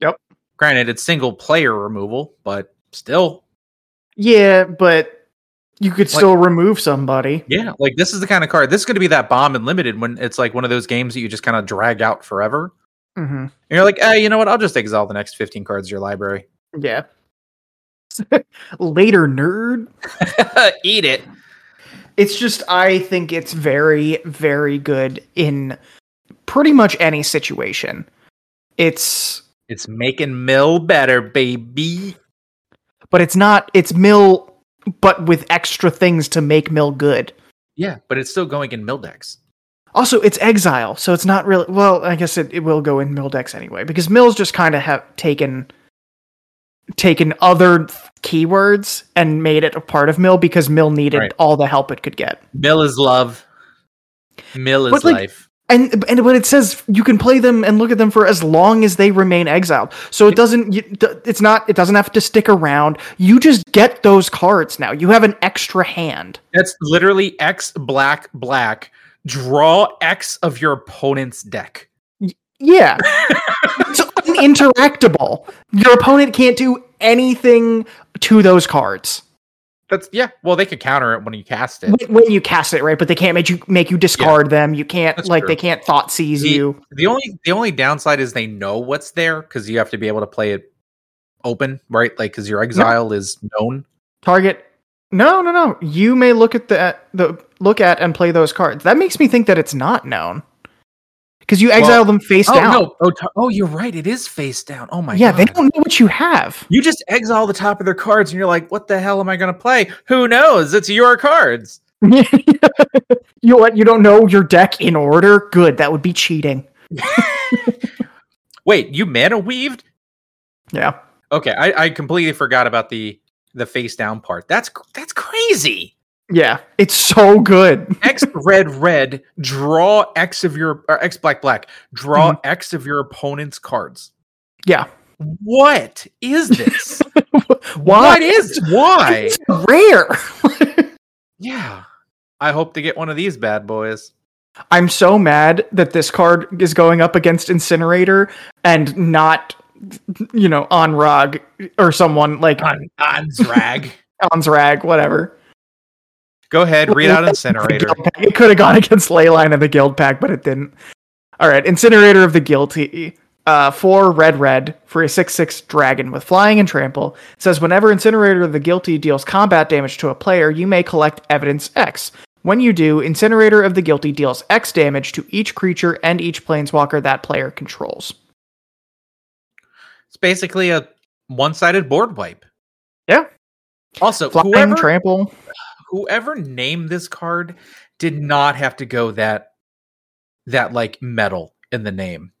S2: Yep.
S1: Granted, it's single player removal, but still,
S2: Yeah, but you could
S1: Like-
S2: still remove somebody.
S1: yeah. Like this is the kind of card. This is going to be that bomb and limited when it's like one of those games that you just kind of drag out forever.
S2: Mm-hmm.
S1: And you're like, hey, you know what? I'll just exile the next 15 cards of your library.
S2: Yeah. Later, nerd.
S1: Eat it.
S2: It's just I think it's very very good in pretty much any situation. It's
S1: It's making mill better, baby.
S2: but it's not it's mill but with extra things to make Mill good.
S1: Yeah, but it's still going in Mildex.
S2: Also, it's exile, so it's not really. Well, I guess it, it will go in Mildex anyway, because Mills just kind of have taken taken other th- keywords and made it a part of Mill because Mill needed
S1: Right.
S2: all the help it could get.
S1: Mill is love. Mill is
S2: But, like,
S1: life.
S2: And and when it says you can play them and look at them for as long as they remain exiled, so it doesn't. you- d- It's not. It doesn't have to stick around. You just get those cards now. You have an extra hand.
S1: That's literally X black black. Draw X of your opponent's deck.
S2: Yeah. it's uninteractable. Your opponent can't do anything to those cards
S1: That's yeah. Well, they could counter it when you cast it.
S2: when, when you cast it, right? But they can't make you make you discard them. You can't
S1: That's
S2: like
S1: true.
S2: they can't thought seize
S1: The-
S2: you.
S1: The only the only downside is they know what's there because you have to be able to play it open, right? Like because your exile is known.
S2: Target. No, no, no. You may look at the the look at and play those cards. That makes me think that it's not known because you exile them face
S1: oh
S2: down.
S1: no! Oh, t- oh, you're right. It is face down. Oh my
S2: yeah,
S1: god!
S2: they don't know what you have.
S1: You just exile the top of their cards, and you're like, "What the hell am I going to play? Who knows? It's your cards."
S2: you know what? You don't know your deck in order. Good. That would be cheating.
S1: Wait, you mana weaved?
S2: Yeah.
S1: Okay, I, I completely forgot about the the face down part. That's cr- that's crazy.
S2: Yeah. It's so good.
S1: X red red draw X of your or X black black draw X of your opponent's cards.
S2: Mm-hmm. Yeah.
S1: What is this?
S2: Why?
S1: what is why?
S2: It's rare.
S1: yeah, I hope to get one of these bad boys.
S2: I'm so mad that this card is going up against Incinerator and not, you know, Onrog or someone like
S1: On on drag.
S2: Uh, Onsrag, whatever.
S1: Go ahead, read out incinerator.
S2: It could have gone against Leyline and the Guild Pack, but it didn't. All right, Incinerator of the Guilty. Uh, four red red for a six six dragon with flying and trample It says whenever Incinerator of the Guilty deals combat damage to a player, you may collect evidence X. When you do, Incinerator of the Guilty deals X damage to each creature and each planeswalker that player controls.
S1: It's basically a one sided board wipe.
S2: Yeah.
S1: Also,
S2: Flying
S1: whoever
S2: trample.
S1: whoever named this card did not have to go that that like metal in the name.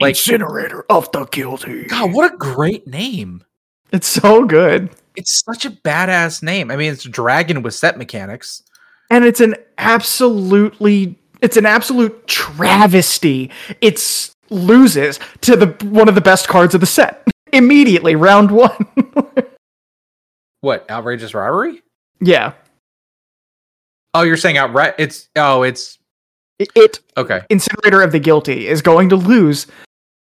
S1: Like-
S2: Incinerator of the Guilty.
S1: God, what a great name.
S2: It's so good.
S1: It's such a badass name. I mean, it's dragon with set mechanics.
S2: and it's an absolutely it's an absolute travesty it's loses to the one of the best cards of the set immediately round one
S1: What? Outrageous robbery?
S2: yeah
S1: Oh, you're saying outright it's oh, it's
S2: it, it
S1: okay.
S2: incinerator of the guilty is going to lose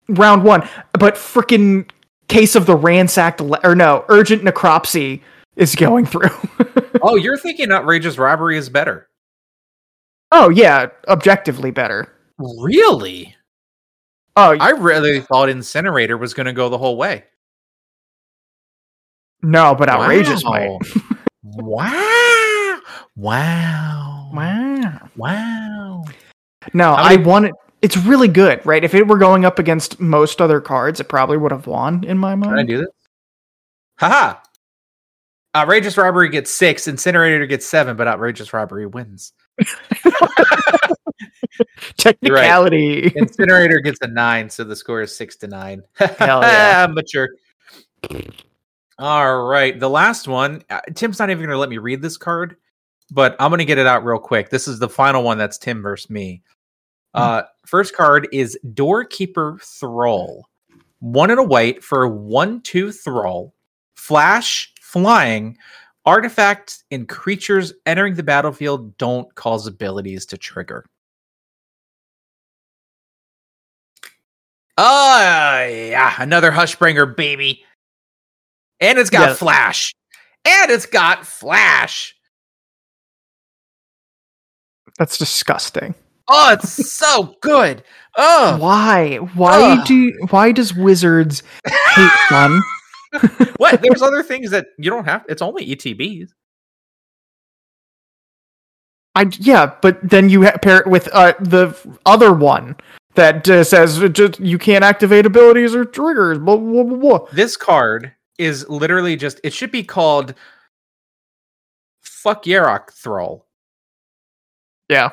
S2: round one but frickin' case of the ransacked le- or no urgent necropsy is going through
S1: Oh, you're thinking outrageous robbery is better.
S2: oh yeah objectively better
S1: Really?
S2: oh
S1: I really thought incinerator was going to go the whole way.
S2: no but outrageous might.
S1: Wow. wow. Wow.
S2: wow
S1: Wow.
S2: No,
S1: How
S2: I
S1: many-
S2: want it. It's really good, right? If it were going up against most other cards, it probably would have won in my
S1: Can I
S2: mind.
S1: do this? Haha. Outrageous robbery gets six, incinerator gets seven, but outrageous robbery wins.
S2: Technicality.
S1: Incinerator gets a nine, so the score is six to nine.
S2: Hell yeah.
S1: I'm mature. All right, the last one. uh, Tim's not even going to let me read this card, but I'm going to get it out real quick. This is the final one. That's Tim versus me.
S2: Hmm.
S1: Uh, first card is Doorkeeper Thrall. One and a white for a one-two Thrall. Flash, flying. Artifacts and creatures entering the battlefield don't cause abilities to trigger. Oh, yeah. Another Hushbringer, baby. And it's got
S2: Yeah.
S1: Flash. And it's got Flash.
S2: That's disgusting.
S1: Oh, it's so good. Oh,
S2: Why? Why
S1: Ugh.
S2: do? Why does wizards hate fun?
S1: what? There's other things that you don't have. It's only E ETBs.
S2: I yeah, but then you ha- pair it with uh, the other one that uh, says uh, just, you can't activate abilities or triggers. Blah, blah, blah, blah.
S1: This card is literally just, it should be called fuck Yarok Thrall.
S2: Yeah.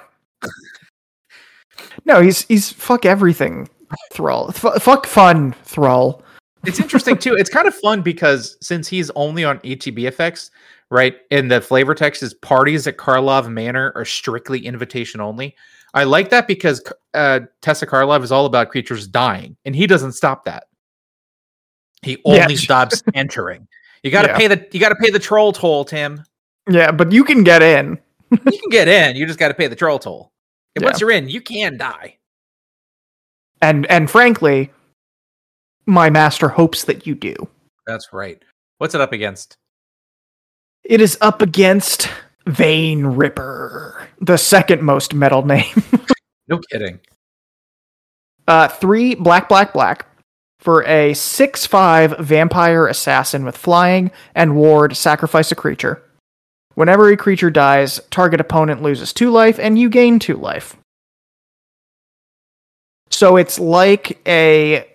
S2: no, he's he's fuck everything, Thrall. F- fuck fun, Thrall.
S1: It's interesting too. It's kind of fun because since he's only on HEBFX, right, and the flavor text is parties at Karlov Manor are strictly invitation only. I like that because uh, Tessa Karlov is all about creatures dying, and he doesn't stop that. He only
S2: Yeah.
S1: stops entering. You got to
S2: Yeah.
S1: pay the you got to pay the troll toll, Tim.
S2: Yeah, but you can get in.
S1: You can get in. You just got to pay the troll toll. And
S2: Yeah.
S1: once you're in, you can die.
S2: And and frankly, my master hopes that you do.
S1: That's right. What's it up against?
S2: It is up against Vein Ripper, the second most metal name.
S1: No kidding.
S2: Uh, three black, black, black for a six-five vampire assassin with flying and ward. Sacrifice a creature. Whenever a creature dies, target opponent loses two life and you gain two life. So it's like a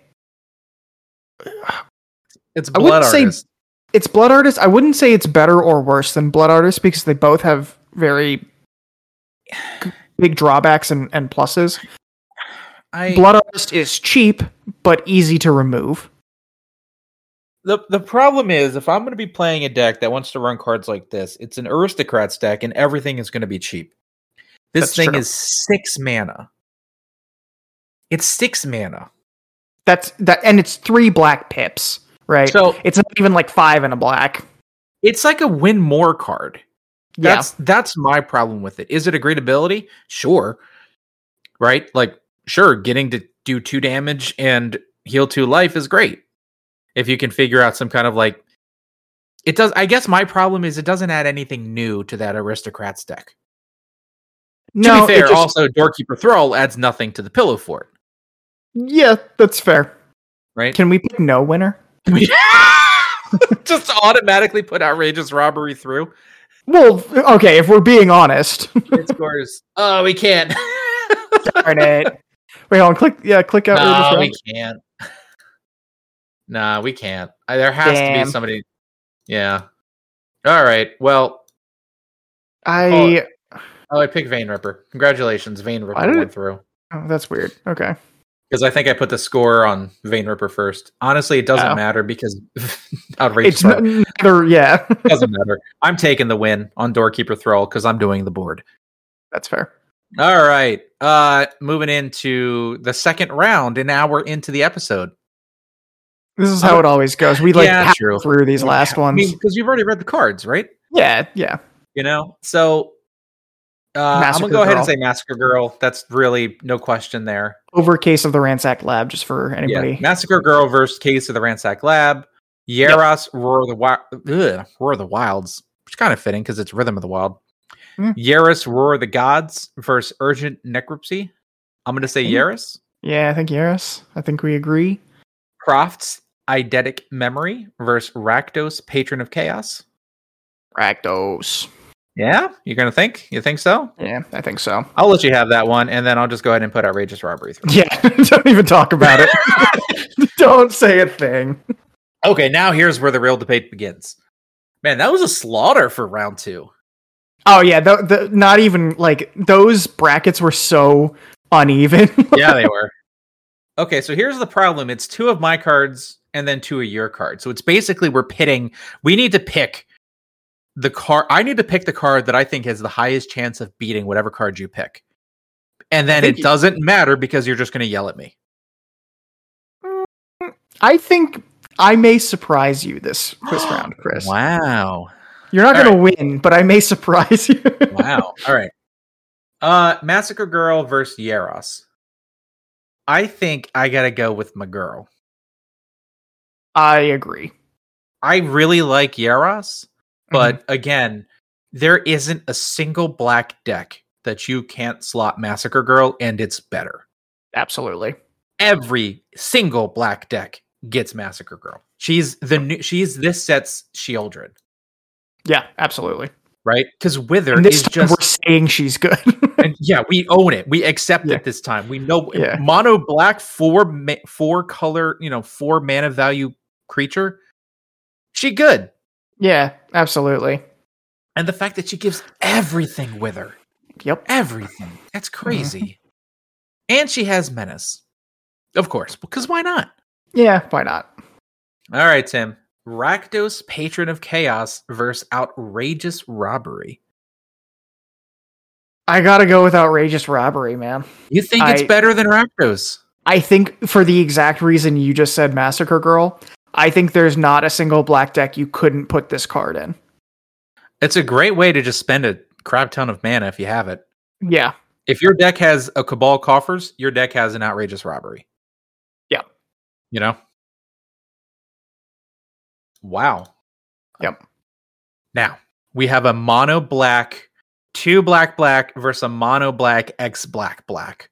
S1: It's
S2: I
S1: blood
S2: wouldn't say-
S1: artist.
S2: it's blood artist. I wouldn't say it's better or worse than blood artist because they both have very big drawbacks and, and pluses.
S1: I
S2: Blood Artist is cheap but easy to remove.
S1: the the problem is if I'm going to be playing a deck that wants to run cards like this, it's an aristocrats deck, and everything is going to be cheap. This
S2: That's
S1: thing
S2: true.
S1: is six mana. It's six mana.
S2: That's that, and it's three black pips, right?
S1: So
S2: it's not even like five and a black.
S1: it's like a win more card.
S2: Yeah,
S1: That's that's my problem with it. Is it a great ability? Sure. Right? Like sure, getting to do 2 damage and heal 2 life is great. If you can figure out some kind of like it does I guess my problem is it doesn't add anything new to that aristocrats deck.
S2: no,
S1: to be
S2: it
S1: fair,
S2: just-
S1: also doorkeeper thrall adds nothing to the pillow fort,
S2: yeah, that's fair.
S1: right?
S2: Can we pick no winner?
S1: Just automatically put outrageous robbery through.
S2: Well, okay, if we're being honest,
S1: It scores. oh, we can't.
S2: darn it. Wait, hold on, click, yeah, click out.
S1: No,
S2: Rudolph's
S1: we can't. nah, we can't. I, there has to
S2: Damn.
S1: be somebody. Yeah. All right. Well,
S2: I.
S1: oh, I picked Vein Ripper. Congratulations, Vein Ripper
S2: Why did
S1: went
S2: it-
S1: through.
S2: Oh, that's weird. Okay.
S1: Because I think I put the score on Vein Ripper first. Honestly, it doesn't
S2: Oh.
S1: matter because outrageous
S2: It's n- neither, yeah,
S1: Rob- doesn't matter. I'm taking the win on Doorkeeper Thrall because I'm doing the board.
S2: that's fair.
S1: All right. Uh moving into the second round, an hour into the episode.
S2: This is how it always goes. We like
S1: Yeah,
S2: pass
S1: true.
S2: through these last ones.
S1: Because you've already read the cards, right?
S2: yeah, yeah.
S1: you know so uh, i'm
S2: Massacre
S1: gonna go ahead and
S2: Girl.
S1: say massacre girl that's really no question there
S2: Over case of the ransacked lab, just for anybody.
S1: yeah massacre girl versus case of the ransack lab yaros roar of the wild ugh, roar of the wilds which is kind of fitting because it's rhythm of the wild
S2: Mm.
S1: yaris roar of the gods versus urgent necropsy i'm gonna say
S2: Mm.
S1: yaris
S2: Yeah, I think Yaris. I think we agree.
S1: croft's eidetic memory versus rakdos patron of chaos
S2: Rakdos.
S1: yeah you're gonna think you think so
S2: Yeah, I think so.
S1: i'll let you have that one and then i'll just go ahead and put outrageous robbery through
S2: Yeah, don't even talk about it. don't say a thing.
S1: Okay, now here's where the real debate begins. Man, that was a slaughter for round two.
S2: Oh yeah, the, the not even like those brackets were so uneven.
S1: Yeah, they were. Okay, so here's the problem. It's two of my cards and then two of your cards. So it's basically we're pitting. We need to pick the card. I need to pick the card that I think has the highest chance of beating whatever card you pick. And then
S2: think
S1: it
S2: you-
S1: doesn't matter because you're just going to yell at me.
S2: I think I may surprise you this this round, Chris.
S1: Wow.
S2: You're not
S1: All
S2: going to win, but I may surprise you.
S1: wow. All right. Uh Massacre Girl versus Yaros. I think I got to go with my girl.
S2: I agree.
S1: I really like Yaros, but
S2: Mm-hmm.
S1: again, there isn't a single black deck that you can't slot Massacre Girl and it's better.
S2: Absolutely.
S1: Every single black deck gets Massacre Girl. She's the new, she's this set's Shieldred,
S2: Yeah, absolutely.
S1: right? Because Wither
S2: And
S1: is
S2: this time
S1: just
S2: we're saying she's good.
S1: and yeah, we own it. We accept
S2: Yeah.
S1: it this time. We know
S2: Yeah.
S1: mono black four ma- four color, you know, four mana value creature. She good,
S2: yeah, absolutely.
S1: and the fact that she gives everything with her,
S2: Yep.
S1: everything. That's crazy. and she has menace, of course, because why not?
S2: Yeah, why not?
S1: All right, Tim. Rakdos, patron of chaos, versus outrageous robbery.
S2: I gotta go with outrageous robbery, man.
S1: You think it's
S2: I-
S1: better than Rakdos?
S2: I think for the exact reason you just said, Massacre Girl, I think there's not a single black deck you couldn't put this card in.
S1: It's a great way to just spend a crap ton of mana if you have it.
S2: Yeah.
S1: If your deck has a Cabal Coffers, your deck has an outrageous robbery.
S2: Yeah.
S1: You know? Wow.
S2: Yep.
S1: Now, we have a mono black, two black black versus a mono black X black black.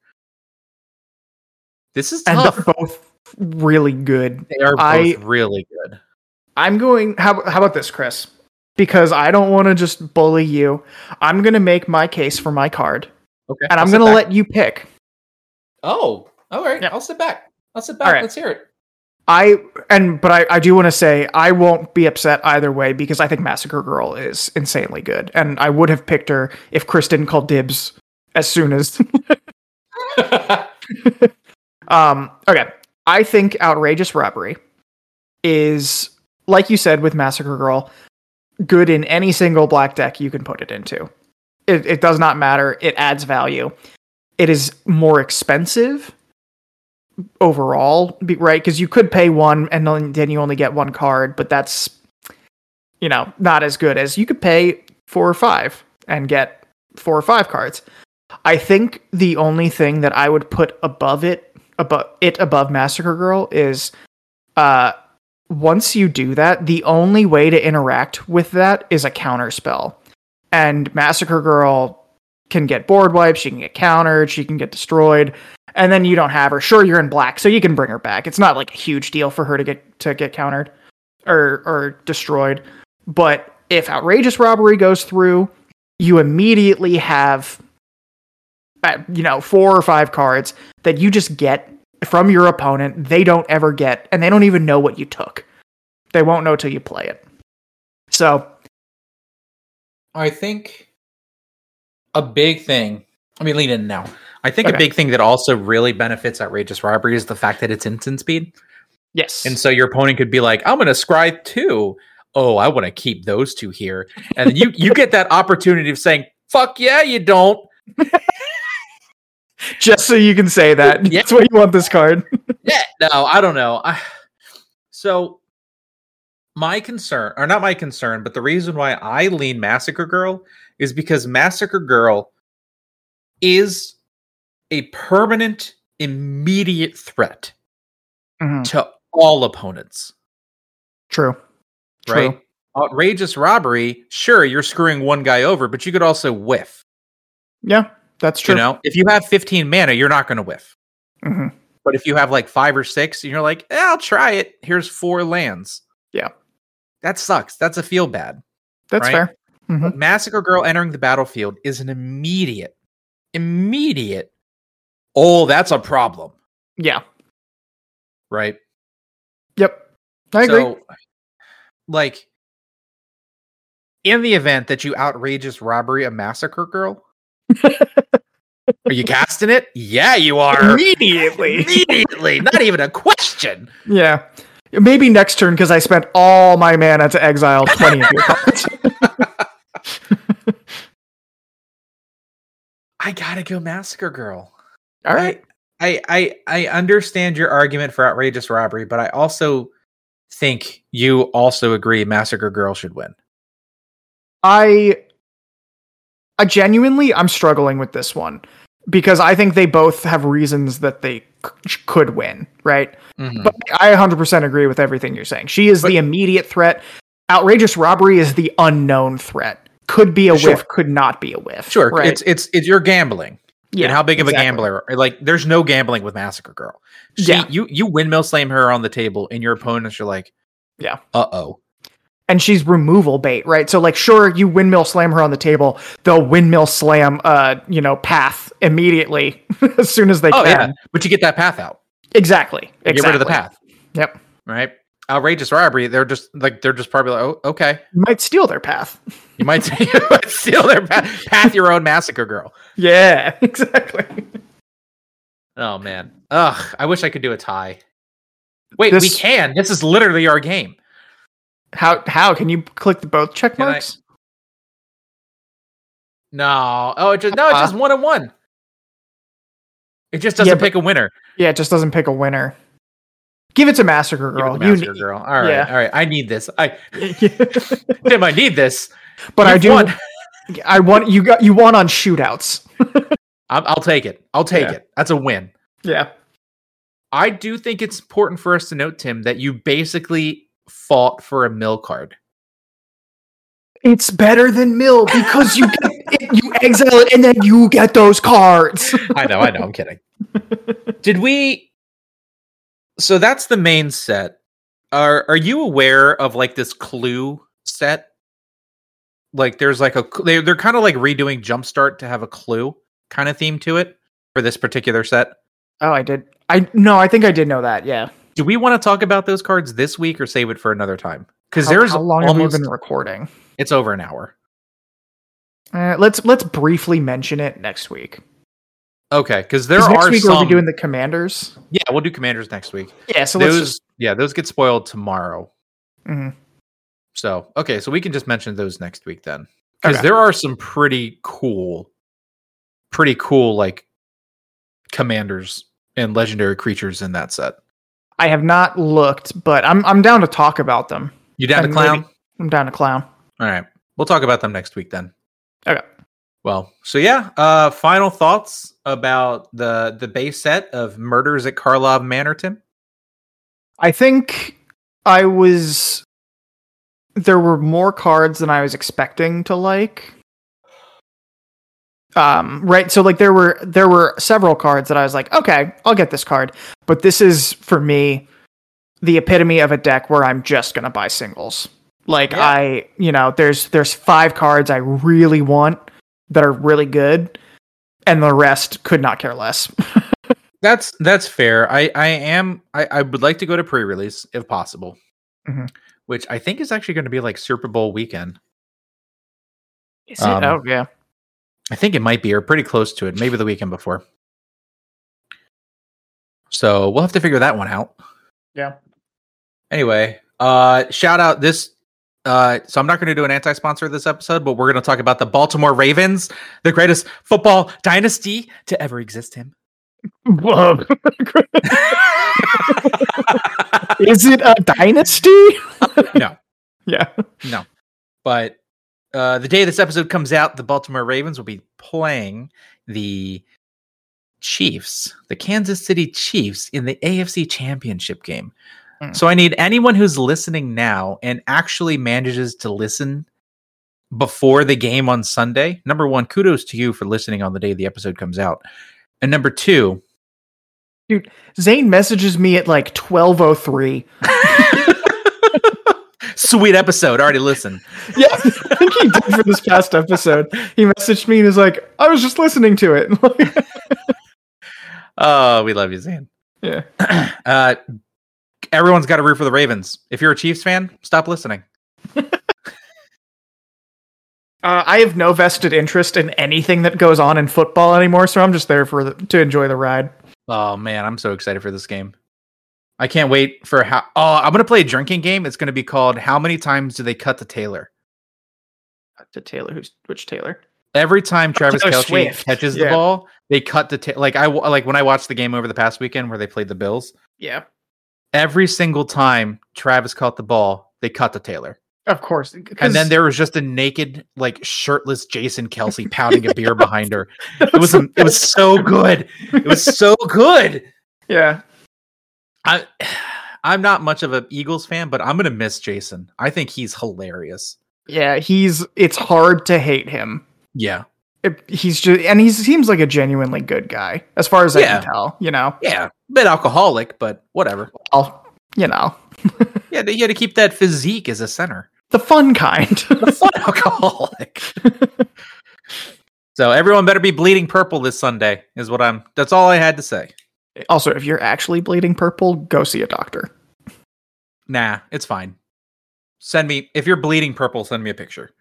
S1: This is
S2: And
S1: tough.
S2: they're both really good.
S1: they are both
S2: I-
S1: really good.
S2: I'm going how how about this, Chris? Because I don't want to just bully you. I'm gonna make my case for my card.
S1: Okay.
S2: And I'm gonna let you pick.
S1: Oh, all right.
S2: Yeah.
S1: I'll sit back. I'll sit
S2: back. All right.
S1: Let's hear it.
S2: I and but I, I do want to say I won't be upset either way because I think Massacre Girl is insanely good. And I would have picked her if Chris didn't call dibs as soon as Um, okay. I think Outrageous Robbery is, like you said with Massacre Girl, good in any single black deck you can put it into. It, it does not matter. It adds value. It is more expensive overall, be- right? Because you could pay one and then then you only get one card, but that's, you know, not as good as you could pay four or five and get four or five cards. I think the only thing that I would put above it, above it above Massacre Girl is uh once you do that, the only way to interact with that is a counter spell. And Massacre Girl can get board wiped, she can get countered, she can get destroyed, and then you don't have her. Sure, you're in black, so you can bring her back. It's not like a huge deal for her to get to get countered or or destroyed. But if outrageous robbery goes through, you immediately have uh, you know four or five cards that you just get from your opponent they don't ever get and they don't even know what you took they won't know till you play it so
S1: I think a big thing. I mean, lean in now. I think a
S2: Okay.
S1: big thing that also really benefits outrageous robbery is the fact that it's instant speed,
S2: yes
S1: and so your opponent could be like, "I'm going to scry two. Oh, I want to keep those two here," and you you get that opportunity of saying, "Fuck yeah, you don't."
S2: just so you can say that
S1: Yeah.
S2: that's why you want this card
S1: Yeah, no, I don't know. I, so my concern, or not my concern, but the reason why I lean Massacre Girl is because Massacre Girl is a permanent, immediate threat
S2: Hmm.
S1: to all opponents.
S2: true
S1: Right? Outrageous robbery. Sure, you're screwing one guy over, but you could also whiff.
S2: yeah that's true
S1: You know, if you have 15 mana, you're not going to whiff.
S2: Mhm.
S1: But if you have like five or six and you're like, eh, I'll try it, here's four lands.
S2: Yeah.
S1: That sucks. That's a feel bad.
S2: that's
S1: right?
S2: fair Mhm.
S1: But Massacre Girl entering the battlefield is an immediate, immediate, oh, that's a problem,
S2: yeah
S1: right?
S2: yep i agree
S1: like, in the event that you outrageous robbery a Massacre Girl, are you casting it? Yeah, you are.
S2: immediately
S1: Immediately. Not even a question.
S2: yeah maybe next turn because i spent all my mana to exile 20 of your cards
S1: I gotta go Massacre Girl.
S2: all right
S1: I, I I understand your argument for outrageous robbery, but I also think you also agree Massacre Girl should win.
S2: I I genuinely I'm struggling with this one because I think they both have reasons that they c- could win, right? But I 100% agree with everything you're saying. She is
S1: Hmm. But-
S2: the immediate threat. Outrageous robbery is the unknown threat. Could be a
S1: Sure.
S2: whiff, could not be a whiff.
S1: Sure,
S2: right?
S1: it's it's it's you're gambling.
S2: yeah,
S1: and how big of
S2: exactly.
S1: a gambler? Like, there's no gambling with Massacre Girl. She,
S2: Yeah.
S1: you you windmill slam her on the table, and your opponents are like,
S2: Yeah.
S1: uh oh,
S2: and she's removal bait, right? So like, sure, you windmill slam her on the table. They'll windmill slam, uh, you know, path immediately as soon as they
S1: oh
S2: can.
S1: yeah, but you get that path out.
S2: Exactly.
S1: You
S2: Exactly.
S1: Get rid of the path.
S2: Yep.
S1: Right. outrageous robbery, they're just like they're just probably like, oh, okay,
S2: You might steal their path.
S1: you might you might steal their path, path your own massacre girl.
S2: Yeah, exactly.
S1: Oh man, ugh, I wish I could do a tie. Wait, we
S2: This-
S1: can. This is literally our game.
S2: How how can you click the both check
S1: Can I-
S2: marks?
S1: No, oh, it just no, it's just one on one. It just doesn't
S2: Uh-huh. Yeah, but-
S1: pick a winner.
S2: Yeah, it just doesn't pick a winner. Give it to Massacre
S1: Give it
S2: Girl.
S1: to
S2: You
S1: massacre girl. All right,
S2: yeah.
S1: all right. I need this. I
S2: ne-
S1: Tim, I need this.
S2: but I
S1: You've
S2: do.
S1: won.
S2: I want you got you won on shootouts.
S1: I'm, I'll take it. I'll take
S2: Yeah.
S1: it. That's a win.
S2: Yeah.
S1: I do think it's important for us to note, Tim, that you basically fought for a mill card.
S2: It's better than mill because you get, it, you exile it and then you get those cards.
S1: I know, I know, I'm kidding. Did we So that's the main set. Are are you aware of like this clue set? Like there's like a cl- they they're kind of like redoing Jumpstart to have a clue kind of theme to it for this particular set.
S2: Oh, I did. I no, I think I did know that. Yeah.
S1: Do we want to talk about those cards this week or save it for another time? Because
S2: How-
S1: there's
S2: how long
S1: almost
S2: have we been recording?
S1: it's over an hour.
S2: Uh, let's let's briefly mention it next week.
S1: Okay, because there
S2: 'Cause next
S1: are
S2: week
S1: some.
S2: we'll be doing the commanders.
S1: yeah, we'll do commanders next week.
S2: Yeah. So let's.
S1: those
S2: Just,
S1: yeah those get spoiled tomorrow
S2: Mhm.
S1: so okay so we can just mention those next week then because
S2: Okay.
S1: there are some pretty cool pretty cool like commanders and legendary creatures in that set
S2: I have not looked, but I'm I'm down to talk about them.
S1: you down to
S2: And
S1: clown
S2: maybe- I'm down to clown.
S1: all right we'll talk about them next week then
S2: Okay.
S1: well so yeah uh final thoughts about the the base set of murders at karlov manor tim
S2: I think I was there were more cards than I was expecting to like. Um right so like there were there were several cards that I was like okay, I'll get this card, but this is for me the epitome of a deck where I'm just going to buy singles. Like
S1: Yeah.
S2: I, you know, there's there's five cards I really want that are really good and the rest could not care less.
S1: That's that's fair. I I am I I would like to go to pre-release if possible, Mm-hmm.
S2: Mhm.
S1: which I think is actually going to be like Super Bowl weekend.
S2: Is
S1: it? Um,
S2: oh yeah.
S1: I think it might be or pretty close to it, maybe the weekend before. So we'll have to figure that one out.
S2: Yeah.
S1: Anyway, uh, shout out this. Uh, so I'm not going to do an anti-sponsor this episode, but we're going to talk about the Baltimore Ravens, the greatest football dynasty to ever exist. Tim.
S2: Is it a dynasty?
S1: No.
S2: Yeah.
S1: But uh, the day this episode comes out, the Baltimore Ravens will be playing the Chiefs, the Kansas City Chiefs, in the AFC Championship game.
S2: Mm.
S1: So I need anyone who's listening now and actually manages to listen before the game on Sunday. Number one, kudos to you for listening on the day the episode comes out. And number two,
S2: Zane messages me at like 1203.
S1: sweet episode. Already listened.
S2: Yeah, I think he did for this past episode. He messaged me and was like, I was just listening to it. Like,
S1: Oh, we love you, Zan.
S2: yeah.
S1: uh, everyone's got a root for the Ravens. If you're a Chiefs fan, stop listening.
S2: Uh, I have no vested interest in anything that goes on in football anymore, so I'm just there for the, to enjoy the ride.
S1: Oh man, I'm so excited for this game. I can't wait for how. Oh, I'm gonna play a drinking game. It's gonna be called "How many times do they cut the Taylor?"
S2: Uh, To Taylor, who's which Taylor?
S1: Every time Travis
S2: Taylor
S1: Kelce
S2: Swift.
S1: catches the
S2: Yeah.
S1: ball, they cut the ta- like I w- like when I watched the game over the past weekend where they played the Bills.
S2: Yeah,
S1: Every single time Travis caught the ball, they cut the Taylor.
S2: of course.
S1: And then there was just a naked, like shirtless Jason Kelsey pounding a beer behind her. It was am- it was so good. It was so good.
S2: yeah.
S1: I I'm not much of an Eagles fan, but I'm gonna miss Jason. I think he's hilarious.
S2: Yeah, he's it's hard to hate him.
S1: Yeah.
S2: It- he's just and he seems like a genuinely good guy as far as I
S1: Yeah.
S2: can tell, you know.
S1: Yeah. Bit alcoholic, but whatever.
S2: Well, you know,
S1: Yeah, you had to keep that physique as a center.
S2: the fun kind.
S1: The fun alcoholic. so everyone better be bleeding purple this Sunday, is what I'm that's all I had to say.
S2: also, if you're actually bleeding purple, go see a doctor.
S1: Nah, it's fine. Send me if you're bleeding purple, send me a picture.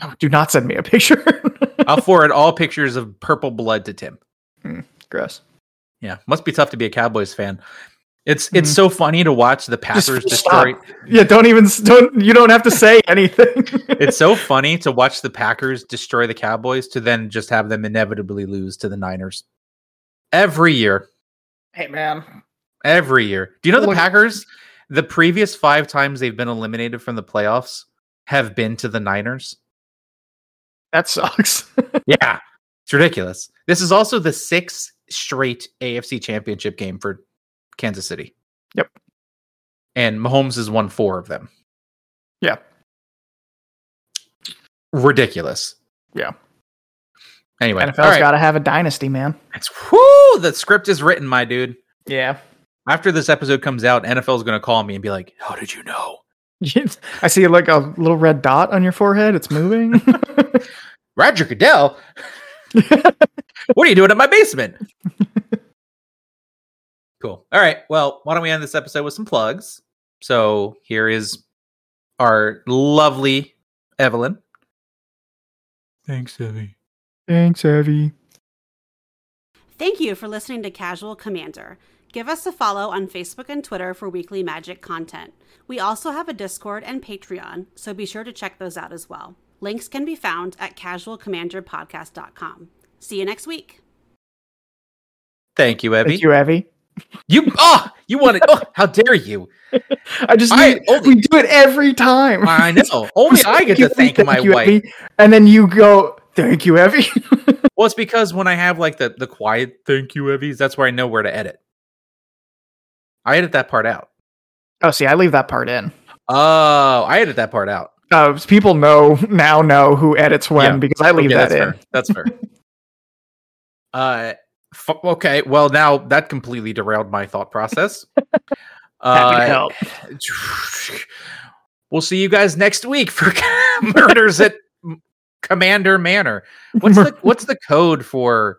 S2: No, do not send me a picture.
S1: I'll forward all pictures of purple blood to Tim.
S2: Gross.
S1: Yeah, must be tough to be a Cowboys fan. It's it's
S2: Mhm.
S1: so funny to watch the Packers
S2: stop.
S1: destroy.
S2: Yeah, don't even don't you don't have to say anything.
S1: It's so funny to watch the Packers destroy the Cowboys to then just have them inevitably lose to the Niners every year.
S2: hey man.
S1: Every year. Do you know the
S2: Look-
S1: Packers? The previous five times they've been eliminated from the playoffs have been to the Niners.
S2: That sucks.
S1: Yeah, it's ridiculous. This is also the sixth straight AFC championship game for Kansas City.
S2: Yep.
S1: And Mahomes has won four of them.
S2: Yeah.
S1: Ridiculous.
S2: Yeah.
S1: Anyway,
S2: NFL's
S1: all right.
S2: gotta have a dynasty, man.
S1: It's- whoo, the script is written, my dude.
S2: Yeah.
S1: After this episode comes out, NFL is going to call me and be like, "How did you know?"
S2: I see like a little red dot on your forehead. It's moving.
S1: Roger Goodell, what are you doing in my basement? cool. All right. Well, why don't we end this episode with some plugs? So here is our lovely Evelyn. Thanks, Evie.
S2: Thanks, Evie.
S3: Thank you for listening to Casual Commander. Give us a follow on Facebook and Twitter for weekly magic content. We also have a Discord and Patreon, so be sure to check those out as well. Links can be found at casualcommanderpodcast.com. See you next week.
S1: Thank you, Evie.
S2: Thank
S1: You,
S2: you, Evie.
S1: oh, you wanted. Oh, how dare you?
S2: I oh. just
S1: I-
S2: knew- we do it every time.
S1: I know. Only I get to thank my
S2: you,
S1: wife.
S2: Evie. And then you go, thank you, Evie.
S1: Well, it's because when I have like the the quiet thank you Evie's, that's where I know where to edit. I edit that part out.
S2: oh, see, I leave that part in.
S1: Oh, I edit that part out.
S2: Uh, people know now know who edits when
S1: Yeah.
S2: because I leave
S1: Okay,
S2: that
S1: that's
S2: in.
S1: fair. That's fair. uh, f- okay. Well, now that completely derailed my thought process.
S2: Happy to
S1: Uh,
S2: help.
S1: We'll see you guys next week for murders at M- Commander Manor. What's the what's the code for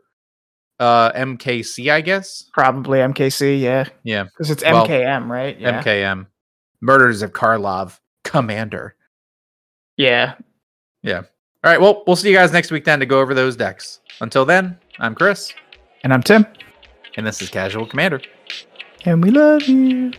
S1: uh MKC? I guess
S2: Probably MKC, yeah.
S1: Yeah.
S2: Because it's
S1: Well,
S2: MKM, right? Yeah.
S1: MKM. Murders of Karlov Commander.
S2: yeah.
S1: All right. Well, we'll see you guys next week then to go over those decks. Until then, I'm Chris,
S2: And I'm Tim.
S1: and this is Casual Commander.
S2: And we love you.